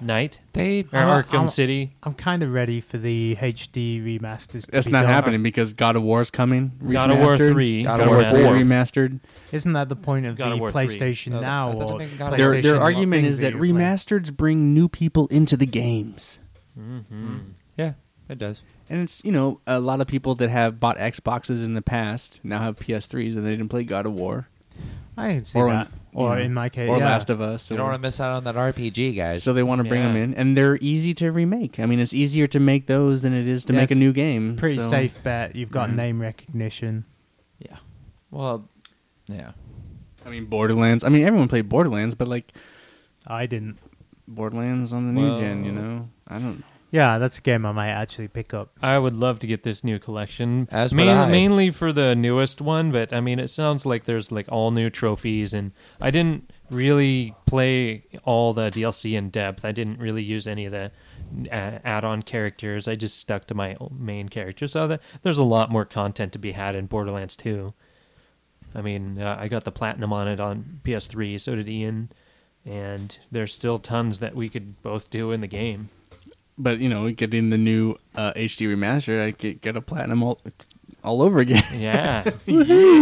B: Knight
D: They
B: or
A: I'm-
B: Arkham
A: I'm-
B: City?
A: I'm kind of ready for the HD remasters. To
C: that's
A: be
C: not
A: done.
C: happening because God of War's coming.
B: God of War
C: remastered.
B: Three.
D: God
C: God of War
D: Remastered.
C: 4 remastered.
A: Isn't that the point of
B: God
A: the
B: of War 3.
A: PlayStation
D: No, Uh, that-
A: Now
D: that doesn't
A: or
D: make God of War
C: Their,
A: PlayStation
C: their argument
A: thing
C: is that
A: you're playing?
C: remasters bring new people into the games.
D: Yeah, it does.
C: And it's you know a lot of people that have bought Xboxes in the past now have PS3s and they didn't play God of War
A: I can see
C: or
A: that. or in my case,
C: or
A: yeah.
C: Last of Us.
D: You
C: or-
D: don't want to miss out on that RPG, guys.
C: so they want to bring them
B: Yeah.
C: in, and they're easy to remake. I mean, it's easier to make those than it is to
A: Yeah,
C: make a
A: it's
C: new game.
A: Pretty
C: so-
A: safe bet. You've got
C: Yeah.
A: name recognition.
D: yeah. Well, yeah.
C: I mean, Borderlands. I mean, everyone played Borderlands, but like
A: I didn't.
C: Borderlands on the new gen, you
D: Well-
C: know. I don't.
A: Yeah, that's a game I might actually pick up.
B: I would love to get this new collection,
D: As would I.
B: mainly for the newest one. But I mean, it sounds like there's like all new trophies, and I didn't really play all the DLC in depth. I didn't really use any of the uh, add-on characters. I just stuck to my main character. So that, there's a lot more content to be had in Borderlands 2. I mean, uh, I got the platinum on it on PS3. So did Ian, and there's still tons that we could both do in the game.
C: But you know, getting the new uh, HD remaster, I get get a platinum all, all over again.
B: Yeah.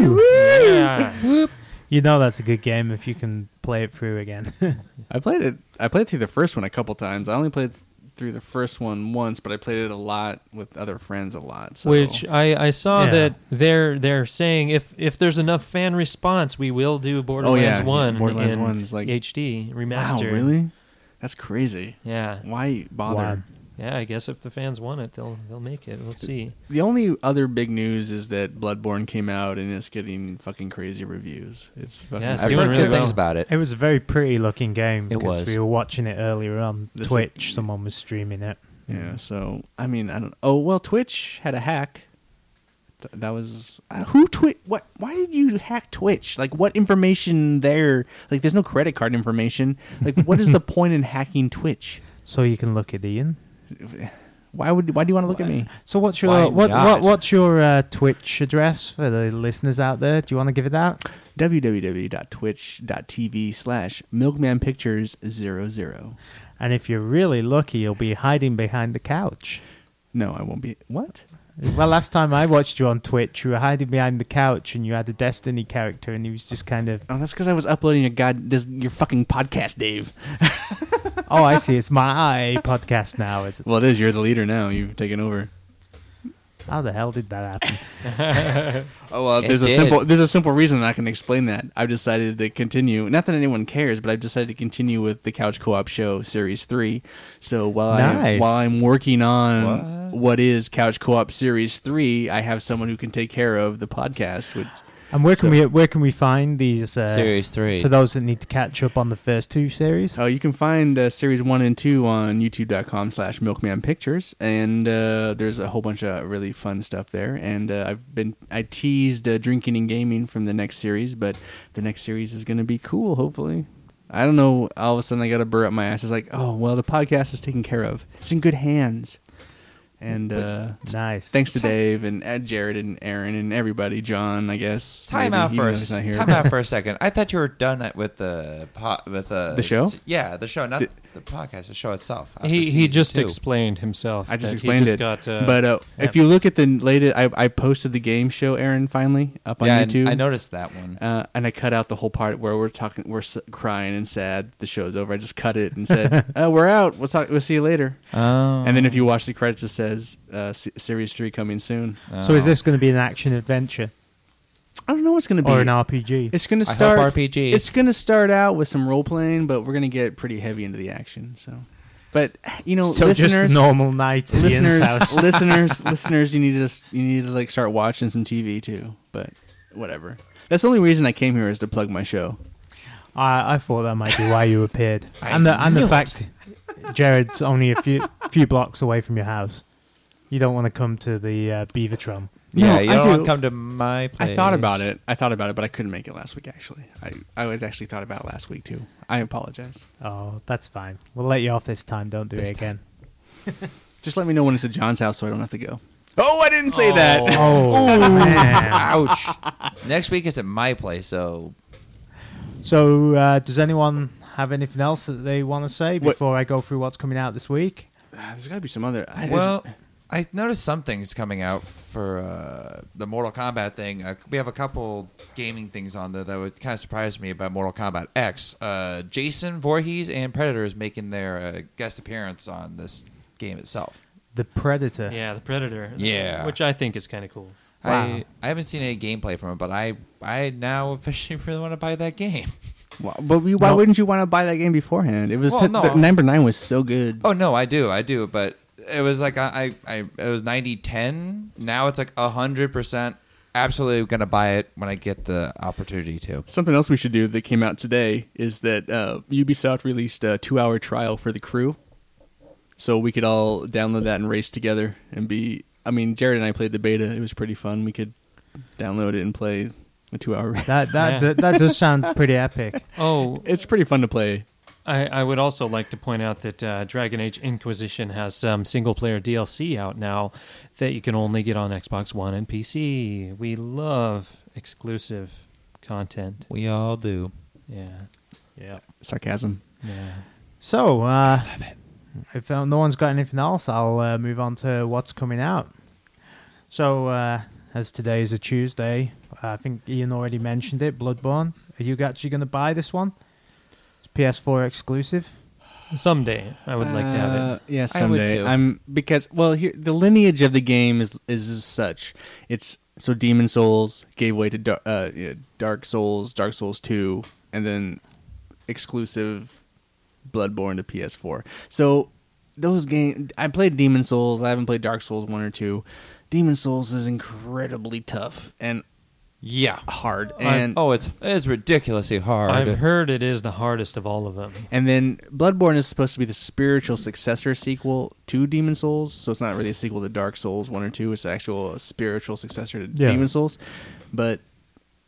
B: yeah.
A: You know that's a good game if you can play it through again. <laughs>
C: I played it. I played through the first one a couple times. I only played th- through the first one once, but I played it a lot with other friends a lot. So.
B: Which I, I saw
A: Yeah.
B: that they're they're saying if if there's enough fan response, we will do Borderlands
C: Oh, yeah,
B: One
C: Borderlands
B: in
C: 1 is like-
B: HD
C: wow,
B: remaster.
C: really? That's crazy.
B: Yeah,
C: Why bother?
A: Wow.
B: yeah. I guess if the fans want it, they'll they'll make it. We'll see.
C: The only other big news is that Bloodborne came out and it's getting fucking crazy reviews. It's fucking
B: Yeah, it's
D: I've
B: doing
D: heard
B: really
D: good things
B: well.
D: about it.
A: it was a very pretty looking game.
D: It
A: because
D: was.
A: We were watching it earlier on
C: This-
A: Twitch. Someone was streaming it.
C: Yeah, so I mean, I don't. Oh well, Twitch had a hack. Th- That was uh, who Twitch. What? Why did you hack Twitch? Like, what information there? Like, there's no credit card information. Like, what <laughs> is the point in hacking Twitch?
A: So you can look at Ian.
C: Why would? Why do you want to look at me?
A: So what's
D: Why
A: your what,
D: not?
A: what what's your uh, Twitch address for the listeners out there? Do you want to give it out?
C: www.twitch.tv slash milkman pictures zero zero.
A: And if you're really lucky, you'll be hiding behind the couch.
C: No, I won't be. What?
A: Well, last time I watched you on Twitch, you were hiding behind the couch, and you had a Destiny character, and he was just kind of,
C: Oh, that's because I was uploading your god this your fucking podcast, Dave.
A: oh, I see, it's
D: <laughs>
A: my podcast now. Is it?
C: Well, it is. You're the leader now. You've taken over.
A: How the hell did that happen?
C: Oh well,
D: It
C: there's a
D: did.
C: simple there's a simple reason I can explain that. I've decided to continue. Not that anyone cares, but I've decided to continue with the Couch Co-op Show Series Three. So while I
A: Nice.
C: while I'm working on what is Couch Co-op Series Three, I have someone who can take care of the podcast. Which
A: And where can
C: So-
A: we where can we find these uh,
D: Series three.
A: for those that need to catch up on the first two series?
C: uh, you can find uh, Series One and Two on YouTube.com/slash Milkman Pictures, and uh, there's a whole bunch of really fun stuff there. And uh, I've been I teased uh, drinking and gaming from the next series, but the next series is going to be cool. Hopefully, I don't know. All of a sudden, I got a burr up my ass. It's like, oh well, the podcast is taken care of. It's in good hands. And uh,
A: Nice.
C: thanks to Dave and uh, Jared and Aaron and everybody, John, I guess.
D: Time
C: maybe,
D: out
C: even though
D: for a,
C: he's not here.
D: time out
C: <laughs>
D: for a second. I thought you were done at- with the po- with the
C: The show?
D: Yeah, the show, not
C: Did-
D: the podcast. The show itself. after
B: He he
D: season
B: just
D: two.
B: explained himself.
C: I just
B: that
C: explained
B: he just
C: it.
B: Got, uh,
C: but uh, if you look at the latest, I, I posted the game show, Aaron, finally up on
D: yeah, and
C: YouTube.
D: I noticed that one.
C: Uh, and I cut out the whole part where we're talking, we're s- crying and sad. The show's over. I just cut it and
D: <laughs>
C: said, oh, "We're out. We'll talk. We'll see you later."
D: Oh.
C: And then if you watch the credits, it says uh, se- "Series Three coming soon."
A: So is this going to be an action adventure
C: I don't know what's going to be.
A: or an RPG?
C: It's going to
D: hope
C: start
D: RPG.
C: It's going to start out with some role playing, but we're going to get pretty heavy into the action. So, but you know,
A: so
C: listeners,
A: just a normal night at Ian's
C: listeners, <laughs>
D: <laughs>
A: house.
C: listeners, listeners, you need to s- you need to like start watching some TV too. But whatever. That's the only reason I came here is to plug my show.
A: I, I thought that might be why you <laughs> appeared, and the and the fact Jared's only a few few blocks away from your house. You don't want to come to the uh, Beaver Drum.
D: yeah,
C: No,
D: you
C: I
D: don't want
C: do.
D: to come to my place.
C: I thought about it. I thought about it, but I couldn't make it last week. Actually, I I was actually thought about it last week too. I apologize.
A: Oh, that's fine. We'll let you off this time. Don't do it again.
C: Just let me know when it's at John's house so I don't have to go. Oh, I didn't say that.
A: Oh man!
D: Ouch. Next week it's at my place, so
A: So, uh, does anyone have anything else that they want to say
C: What-
A: before I go through what's coming out this week?
C: Ah, <laughs> There's got to be some other. I,
D: well. I noticed some things coming out for uh, the Mortal Kombat thing. Uh, we have a couple gaming things on there that would kind of surprise me about Mortal Kombat X. Uh, Jason Voorhees and Predator is making their uh, guest appearance on this game itself.
A: The Predator.
B: Yeah, the Predator.
D: Yeah.
B: Which I think is kind of
C: <laughs>
B: cool.
D: I I haven't seen any gameplay from it, but I I now <laughs> officially really want to buy that game. <laughs>
C: Why, but we, why
A: No.
C: wouldn't you want to buy that game beforehand? It was
D: Well, no.
C: the, number nine was so good.
D: Oh no, I do, I do, but it was like I I, I it was 90-10. Now it's like hundred percent. Absolutely gonna buy it when I get the opportunity to.
C: Something else we should do that came out today is that uh, Ubisoft released a two-hour trial for the crew, so we could all download that and race together and be. I mean, Jared and I played the beta; it was pretty fun. We could download it and play a two-hour. race.
A: That that
B: Yeah.
A: d- that does sound pretty epic.
B: Oh,
C: <laughs> it's pretty fun to play.
B: I, I would also like to point out that uh, Dragon Age Inquisition has some single player DLC out now that you can only get on Xbox One and PC. We love exclusive content.
D: We all do.
B: Yeah.
A: Yeah.
C: Sarcasm.
B: Yeah.
A: So, uh, if uh, no one's got anything else, I'll uh, move on to what's coming out. So, uh, as today is a Tuesday, I think Ian already mentioned it. Bloodborne. Are you actually going to buy this one? It's PS4 exclusive.
B: Someday I would like to have
C: Uh,
B: it.
C: Yeah,
D: I would
C: someday.
D: too.
C: I'm because well, here the lineage of the game is is such. It's so Demon Souls gave way to Dar- uh, yeah, Dark Souls, Dark Souls Two, and then exclusive Bloodborne to PS4. So those games, I played Demon Souls. I haven't played Dark Souls One or Two. Demon Souls is incredibly tough and
D: Yeah.
C: hard, and
D: oh, it's it's ridiculously hard.
B: I've heard it is the hardest of all of them.
C: And then Bloodborne is supposed to be the spiritual successor sequel to Demon Souls, so it's not really a sequel to Dark Souls one or two. It's an actual spiritual successor to
A: Yeah.
C: Demon Souls. But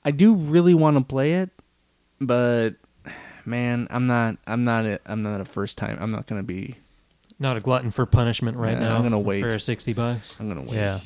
C: I do really want to play it, but man, I'm not. I'm not. A, I'm not a first time. I'm not gonna be.
B: Not a glutton for punishment right
C: Yeah,
B: now.
C: I'm gonna wait.
B: for sixty bucks.
C: I'm gonna wait.
B: Yeah,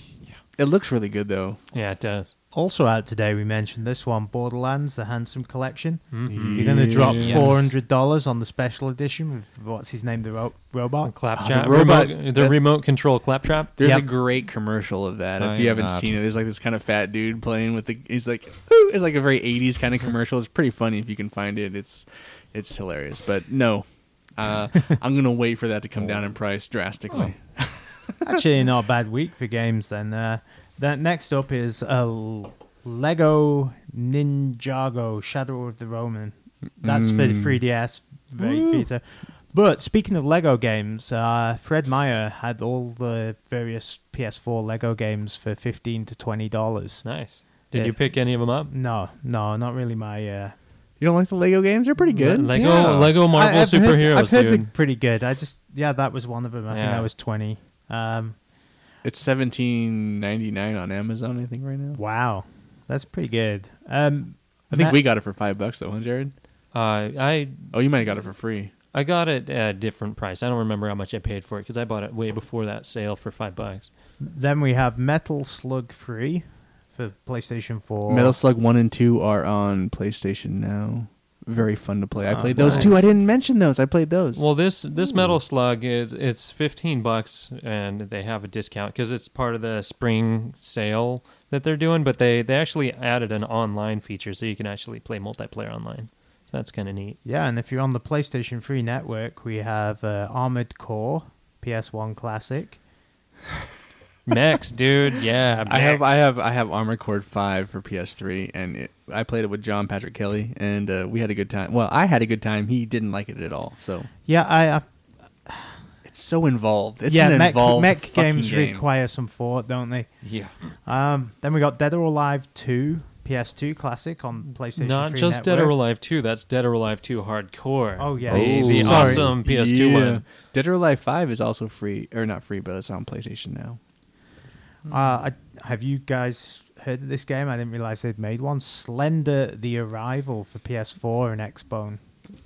C: It looks really good though.
B: yeah, it does.
A: Also out today, we mentioned this one, Borderlands: The Handsome Collection. You're going to drop
D: Yes.
A: four hundred dollars on the special edition with what's his name, the ro- robot.
B: Claptrap,
C: Uh, the robot-
B: remote, the
C: that's-
B: remote control claptrap.
C: There's a
A: Yep.
C: great commercial of that.
D: I
C: if you
D: am
C: haven't
D: not.
C: seen it, there's like this kind of fat dude playing with the. He's like, Ooh, it's like a very '80s kind of commercial. It's pretty funny if you can find it. It's, it's hilarious. But no,
A: <laughs>
C: uh, I'm gonna wait for that to come down in price drastically.
A: Actually, not a bad week for games then. Uh, then next up is uh, Lego Ninjago Shadow of the Roman. That's for
B: Mm.
A: the 3DS very beta. But speaking of Lego games, uh, Fred Meyer had all the various PS4 Lego games for fifteen to twenty dollars.
B: Nice. Did
A: Yeah.
B: you pick any of them up?
A: No, no, not really my. Uh,
C: You don't like the Lego games? They're pretty good.
B: Le- Lego
D: Yeah.
B: Lego Marvel
A: I- I've heard-
B: superheroes,
A: I've heard
B: dude.
A: they're pretty good. I just yeah, that was one of them. I think
B: Yeah.
A: I was twenty. Um,
C: it's 17.99 on Amazon, I think, right now.
A: wow, that's pretty good. Um,
C: I think
A: Matt-
C: we got it for five bucks though, huh, Jared?
B: Uh, I
C: Oh, you might have got it for free.
B: I got it at a different price. I don't remember how much I paid for it because I bought it way before that sale for five bucks.
A: Then we have Metal Slug 3 for PlayStation 4.
C: Metal Slug One and Two are on PlayStation now. Very fun to play. I
A: Oh,
C: played those
A: nice.
C: two. I didn't mention those. I played those.
B: Well, this this Metal Slug is it's fifteen bucks, and they have a discount because it's part of the spring sale that they're doing. But they they actually added an online feature so you can actually play multiplayer online. So that's kind of neat.
A: Yeah, and if you're on the PlayStation 3 network, we have uh, Armored Core, PS1 Classic.
B: Max, dude, yeah.
C: I have I
B: Max.
C: have I have Armor Core Five for PS3, and it, I played it with John Patrick Kelly, and uh, we had a good time. Well, I had a good time. He didn't like it at all. So
A: Yeah, I, I
C: it's so involved. It's
A: yeah,
C: an
A: mech,
C: involved
A: mech
C: fucking
A: games
C: game.
A: require some thought, don't they?
D: yeah.
A: Um, then we got Dead or Alive 2, PS2 Classic on PlayStation
B: not
A: 3
B: just Dead
A: network.
B: or Alive Two. That's Dead or Alive Two Hardcore.
A: Oh, yes.
B: the,
C: Oh.
B: the
A: Sorry.
B: awesome PS2
C: Yeah.
B: one.
C: Dead or Alive Five is also free, or not free, but it's on PlayStation now.
A: Uh, I, have you guys heard of this game? I didn't realize they'd made one. Slender The Arrival for PS4 and Xbone.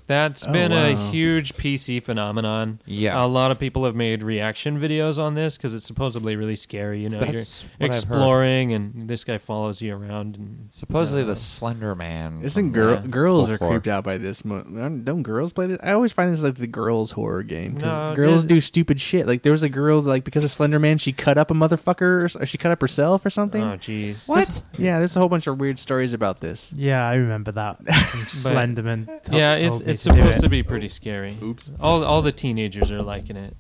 B: That's
C: Oh,
B: been
C: wow.
B: a huge PC phenomenon. a
D: Yeah.
B: lot of people have made reaction videos on this because it's supposedly really scary. You know,
D: That's what
B: you're
D: I've
B: exploring, and this guy follows you around. And
D: Supposedly the Slender Man.
C: Isn't
A: Oh,
C: girl
D: from, uh,
C: girls are
D: folklore.
C: creeped out by this? mo- Aren't- Don't girls play this? I always find this like the girls horror game. 'cause
B: No,
C: girls
B: it-
C: do stupid shit. Like there was a girl like because of Slender Man, she cut up a motherfucker. Or s- she cut up herself or something.
B: oh, jeez.
D: What?
C: Yeah, there's a whole bunch of weird stories about this.
A: Yeah, I remember
B: <laughs>
A: that. Some
B: But-
A: Slenderman. t-
B: Yeah,
A: told
B: it's
A: me
B: it's
A: to do
B: supposed
A: it.
B: to be pretty scary.
C: Oops.
B: All all the teenagers are liking it.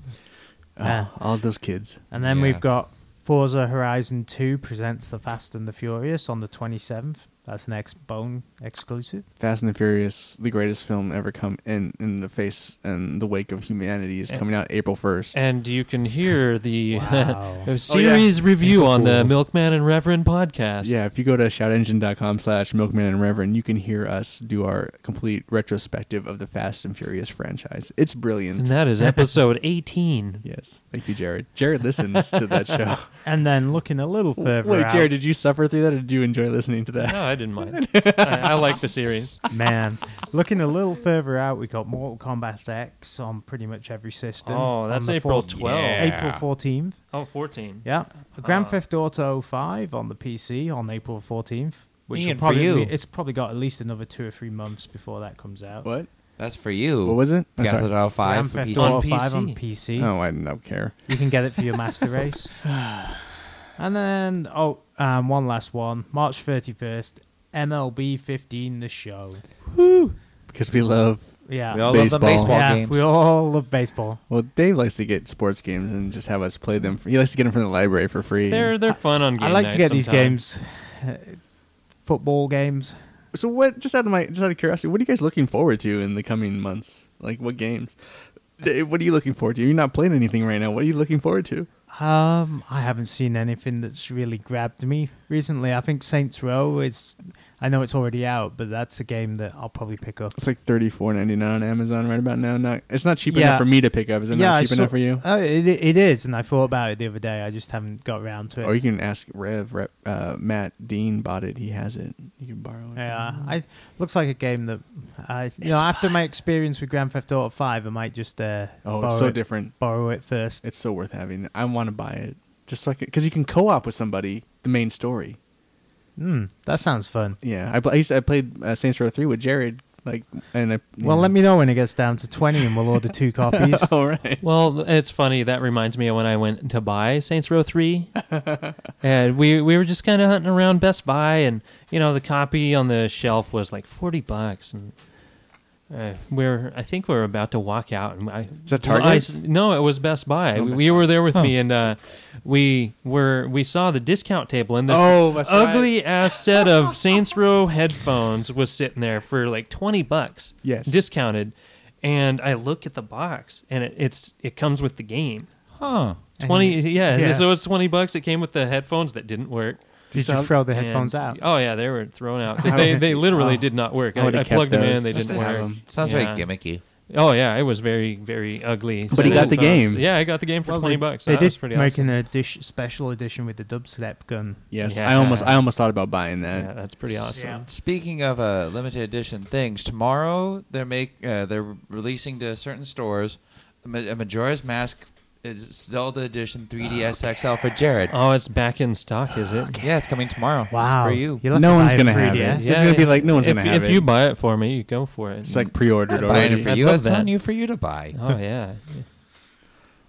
A: Yeah.
C: Oh, all those kids.
A: And then
D: Yeah.
A: we've got Forza Horizon 2 presents The Fast and the Furious on the 27th. That's an X Bone exclusive.
C: Fast and the Furious, the greatest film ever come in in the face and the wake of humanity, is
B: And-
C: coming out April first.
B: And you can hear the <laughs>
A: Wow.
B: uh, series review on the
C: Cool.
B: Milkman and Reverend podcast.
C: Yeah, if you go to shoutengine.com slash milkman and reverend, you can hear us do our complete retrospective of the Fast and Furious franchise. It's brilliant.
B: And that is episode
C: <laughs>
B: 18.
C: yes, thank you, Jared. Jared listens to that show.
A: And then looking a little further
C: <laughs> Wait,
A: out,
C: Jared, did you suffer through that, or did you enjoy listening to that?
B: No, I didn't mind. I, I like the series.
A: man, looking a little further out, we got Mortal Kombat X on pretty much every system.
B: Oh,
A: on
B: that's
A: the
B: April
A: four-
B: 12.
D: Yeah.
A: April 14th.
B: Oh, 14.
A: Yeah, Grand
B: Uh,
A: Theft Auto 5 on the PC on April 14th. Which will
D: Ian, for
A: probably
D: you.
A: it's probably got at least another two or three months before that comes out.
C: What?
D: That's for you.
C: What was it? I'm
D: Grand
C: sorry.
D: Theft Auto Five
A: Grand
D: for
A: Theft
D: PC.
A: Auto 5
B: On
A: on PC.
C: Oh, I don't care.
A: You can get it for your master
D: <sighs>
A: race. And then, oh, um, one last one. March 31st, MLB 15, the show.
C: Because we love.
A: Yeah.
D: We all love the
C: Baseball.
D: baseball
A: yeah,
D: games.
A: We all love baseball.
C: Well, Dave likes to get sports games and just have us play them. He likes to get them from the library for free.
B: They're, they're fun on game
A: I like
B: night
A: to get these
B: sometime.
A: games, uh, football games.
C: So what? Just out of my, just out of curiosity, what are you guys looking forward to in the coming months? Like what games? Dave, What are you looking forward to? You're not playing anything right now. What are you looking forward to?
A: Um, I haven't seen anything that's really grabbed me recently. I think Saints Row is, I know it's already out, but that's a game that I'll probably pick up.
C: It's like thirty four ninety nine on Amazon right about now. Not, it's not cheap
A: Yeah.
C: enough for me to pick up. Is it
A: I
C: not cheap
A: saw-
C: enough for you?
A: Oh, it, it is, and I thought about it the other day. I just haven't got around to it.
C: Or you can ask Rev. Rep, uh, Matt Dean bought it. He has it. You can borrow it.
A: Yeah, I looks like a game that I, you know, after my experience with Grand Theft Auto Five, I might just uh,
C: Oh,
A: borrow,
C: it's so
A: it,
C: different.
A: borrow it first.
C: It's so worth having. I want to buy it just like because you can co op with somebody. The main story.
A: Mm, that sounds fun.
C: Yeah, I, pl- I used to, I played uh, Saints Row three with Jared. Like, and I
A: Well,
C: yeah.
A: let me know when it gets down to twenty, and we'll order two copies.
C: All right.
B: Well, it's funny. That reminds me of when I went to buy Saints Row 3. <laughs> and we, we were just kind of hunting around Best Buy, and, you know, the copy on the shelf was like 40 bucks. And uh, we're, I think we were about to walk out. And I,
C: Is that Target?
B: I s- no, it was Best Buy. we, we were there with me, and uh, we were we saw the discount table, and this
C: Oh, that's right.
B: ugly ass
C: <laughs>
B: set of Saints Row headphones was sitting there for like 20 bucks.
C: Yes.
B: Discounted. And I look at the box and it, it's it comes with the game.
D: Huh.
B: 20 yeah,
A: yeah.
B: so it's 20 bucks. It came with the headphones that didn't work.
A: Did you
C: sound-
A: throw the headphones out?
B: And- Oh yeah, they were
C: <laughs>
B: thrown out because they, they literally did not work.
C: Oh. I
B: I, I,
C: would've kept
B: plugged them in,
C: those.
B: they
D: That's
B: didn't
D: just-
B: work.
D: Sounds
B: Yeah.
D: very gimmicky.
B: Oh yeah, it was very very ugly. set
C: But he
B: of
C: got the
B: headphones.
C: game.
B: Yeah, I got the game for
A: Well,
B: 20
A: they,
B: bucks.
A: They
B: that
A: did
B: was pretty
A: make
B: awesome.
A: an edition, special edition with the dubstep gun.
C: Yes,
B: Yeah.
C: I almost I almost thought about buying that.
B: Yeah, that's pretty awesome.
A: Yeah.
D: Speaking of uh, limited edition things, tomorrow they're make uh, they're releasing to certain stores a Ma- a Majora's Mask is Zelda Edition 3DS XL for Jared.
B: Oh, it's back in stock,
C: <sighs>
B: is it?
D: Yeah, it's coming tomorrow.
A: Wow,
D: it's for you.
A: You'll have
C: No
A: to
C: one's
A: buy a
C: gonna have
A: 3DS.
C: it. Yeah. It's gonna be like, no one's
B: if,
C: gonna have
B: if
C: it.
B: you buy it for me, you go for it.
C: It's like pre-ordered
D: Buying it
C: already.
D: for
B: I'd
D: you. I
B: love
D: was telling
B: that.
D: you for you to buy.
B: oh yeah,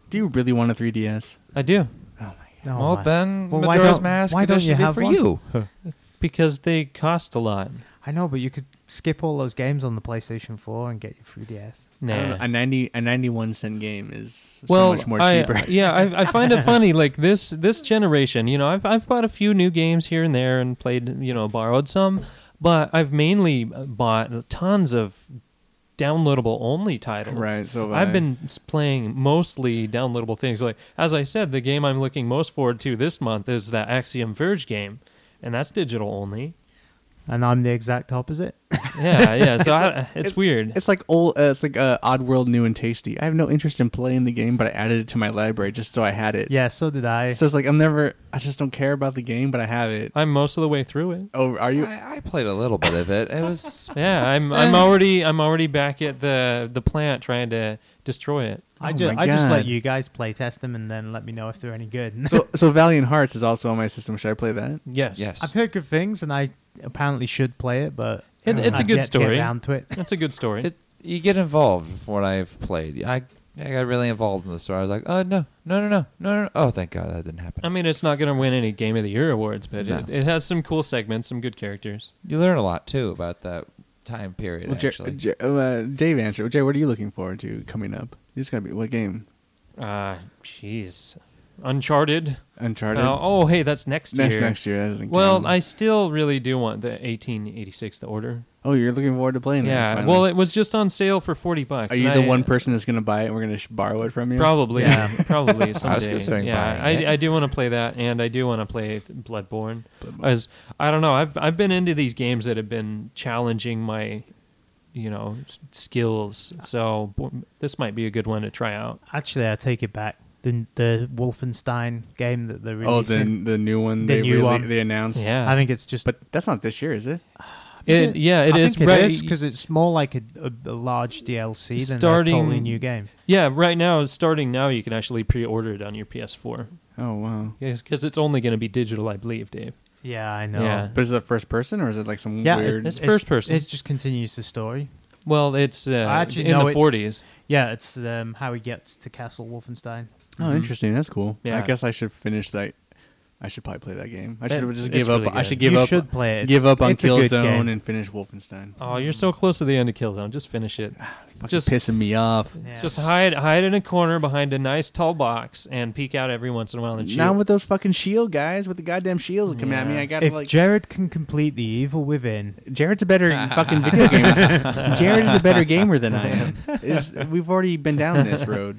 C: Do you really want a 3DS?
B: I do
A: Oh,
D: well,
A: my.
D: then
A: Well, why
D: Majora's
A: don't-
D: Mask
A: why don't
D: Edition
A: you
D: be
A: have
D: for
A: one?
D: you.
A: <laughs>
B: because they cost a lot.
A: I know, but you could skip all those games on the PlayStation 4 and get your 3DS.
C: I don't know,
B: Nah.
C: a 90 a 91 cent game is so
B: well,
C: much more
B: I-
C: cheaper.
B: <laughs> yeah, I, I
C: <laughs>
B: find it funny. Like this this generation, you know, I've I've bought a few new games here and there and played, you know, borrowed some, but I've mainly bought tons of downloadable only titles.
C: Right, so have I.
B: I've been s- playing mostly downloadable things. Like as I said, the game I'm looking most forward to this month is that Axiom Verge game, and that's digital only.
A: And I'm the exact opposite. <laughs>
B: Yeah, yeah. So I, it's, weird.
C: It's like old. Uh, it's like uh, Oddworld, new and tasty. I have no interest in playing the game, but I added it to my library just so I had it.
A: yeah, so did I.
C: So it's like I'm never. I just don't care about the game, but I have it.
B: I'm most of the way through it.
C: Oh, are you?
D: I, I played a little bit of it. It was
A: <laughs>
C: <laughs>
B: Yeah, I'm I'm already I'm already back at the the plant trying to destroy it.
A: I,
C: Oh
A: ju-
C: my
A: I just let
C: God.
A: you guys play test them and then let me know if they're any good.
C: So so Valiant Hearts is also on my system. Should I play that?
B: Yes.
D: yes.
A: <laughs> I've heard good things and I apparently should play it, but
B: It- it's a
A: I've
B: good
A: yet To
B: story.
A: get around to it.
B: That's a good story.
D: It, you get involved from what I've played. I I got really involved in the story. I was like, oh no, no, no, no, no, no. Oh, thank God that didn't happen.
B: I mean, it's not going to win any Game of the Year awards, but
D: No.
B: it, it has some cool segments, some good characters.
D: you learn a lot too about that time period.
C: Well, Jer-
D: actually,
C: Jer- uh, Dave answered. Jay, what are you looking forward to coming up? It's gonna be what game?
B: Uh, jeez, Uncharted.
C: Uncharted.
B: Uh, oh, hey, that's next
C: next
B: year.
C: next year. That doesn't
B: Well,
C: count.
B: I still really do want the 1886 The Order.
C: oh, you're looking forward to playing.
B: yeah.
C: That, finally.
B: Well, it was just on sale for 40 bucks.
C: are you
B: and
C: the
B: I-
C: one person that's gonna buy it? and We're gonna sh- borrow it from you.
B: Probably,
A: Yeah.
B: <laughs>
A: <laughs>
B: probably someday.
D: considering
B: yeah,
D: buying it.
B: I, I do want to play that, and I do want to play Bloodborne. As I don't know, I've I've been into these games that have been challenging my, you know, s- skills. So bo- this might be a good one to try out.
A: Actually, I take it back. The the Wolfenstein game that they're
C: Oh,
A: releasing.
C: the the new one.
A: The
C: they
A: new
C: really-
A: one.
C: they announced.
B: Yeah,
A: I think it's just.
C: But that's not this year, is it?
B: it, yeah, it
A: I
B: is
A: think
B: right-
A: it is because it's more like a, a, a large DLC than
B: Starting-
A: a totally new game.
B: Yeah, right now, starting now, you can actually pre-order it on your PS4
C: Oh wow.
B: because it's only going to be digital, I believe, Dave.
A: Yeah, I know.
B: Yeah.
C: But is it first person or is it like some
A: Yeah,
C: weird?
B: It's first person.
A: It just continues the story.
B: Well, it's uh,
A: I actually
B: in
A: know
B: the
A: it-
B: 40s.
A: Yeah, it's um, how he gets to Castle Wolfenstein.
C: Oh, interesting. That's cool. I
B: mm-hmm. Yeah.
C: guess I should finish that. I should probably play that game. I should
B: It's-
C: just
B: it's
C: give up.
B: really
C: I should
B: good.
C: give
A: you
C: up.
A: should play it.
C: give up on
A: It's a good game.
C: Killzone and finish Wolfenstein.
B: Oh, you're
A: Mm.
B: so close to the end of Killzone. Just
A: <sighs>
B: finish it. <laughs>
C: Fucking
B: Just-
C: pissing me off.
A: Yeah.
B: Just hide hide in a corner behind a nice tall box and peek out every once in a while and shoot.
C: Not with those fucking shield guys with the goddamn shields that come at me.
B: Yeah.
C: I gotta
A: If
C: like.
A: Jared can complete the evil within,
C: Jared's a better fucking video gamer. Jared is a better gamer than I am. Is we've already been down
B: <laughs>
C: this road.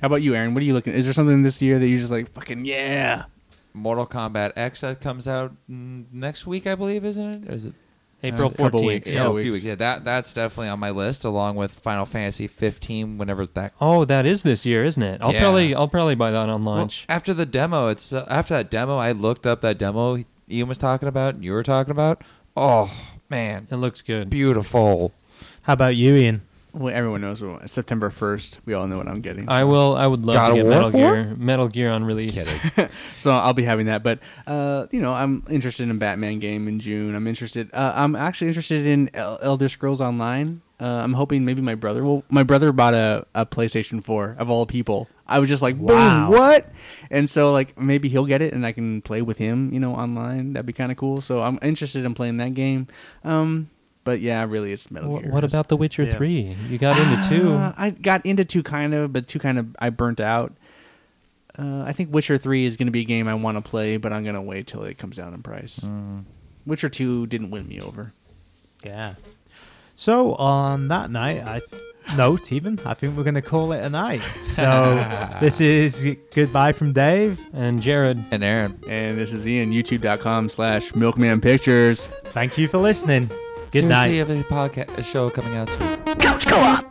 C: How about you, Aaron? What are you looking? Is there something this year that you're just like fucking yeah?
D: Mortal Kombat X that comes out mm, next week, I believe, isn't it? Or is it?
B: April
C: Uh, couple
B: 14th.
C: weeks.
D: Yeah,
C: Yeah,
D: a few
C: weeks.
D: weeks. Yeah, that that's definitely on my list, along with Final Fantasy 15. Whenever that
B: Oh, that is this year, isn't it? I'll
D: Yeah.
B: probably I'll probably buy that on
D: Well,
B: launch.
D: after the demo, it's uh, after that demo. I looked up that demo Ian was talking about, and you were talking about. Oh man,
B: it looks good.
D: beautiful.
A: how about you, Ian?
C: Well, everyone knows what it's September first. We all know what I'm getting.
B: I will I would love
D: God
B: to
D: of
B: get
D: War
B: Metal
D: four?
B: Gear Metal Gear on release. <laughs>
C: so I'll be having that. But uh, you know, I'm interested in Batman game in June. I'm interested. Uh, I'm actually interested in El- Elder Scrolls Online. Uh, I'm hoping maybe my brother will. My brother bought a, a PlayStation 4 of all people. I was just like,
A: Wow.
C: boom, what? And so like maybe he'll get it and I can play with him. You know, online. That'd be kind of cool. So I'm interested in playing that game. Um, but yeah, really, it's Metal
B: Wh-
C: Gear.
B: What about The Witcher
A: Yeah.
B: 3? You got into
C: Uh,
B: 2.
C: I got into two kind of, but two kind of I burnt out. Uh, I think Witcher Three is going to be a game I want to play, but I'm going to wait till it comes down in price. Witcher Two didn't win me over.
A: Yeah. So on that night, I th- note even I think we're going to call it a night. So this is goodbye from Dave.
B: And Jared
D: And Aaron,
C: And this is Ian, YouTube.com/slash Milkman Pictures.
A: Thank you for listening. Good night.
D: Seriously, you have a podcast a show coming out soon.
E: Couch Co-op.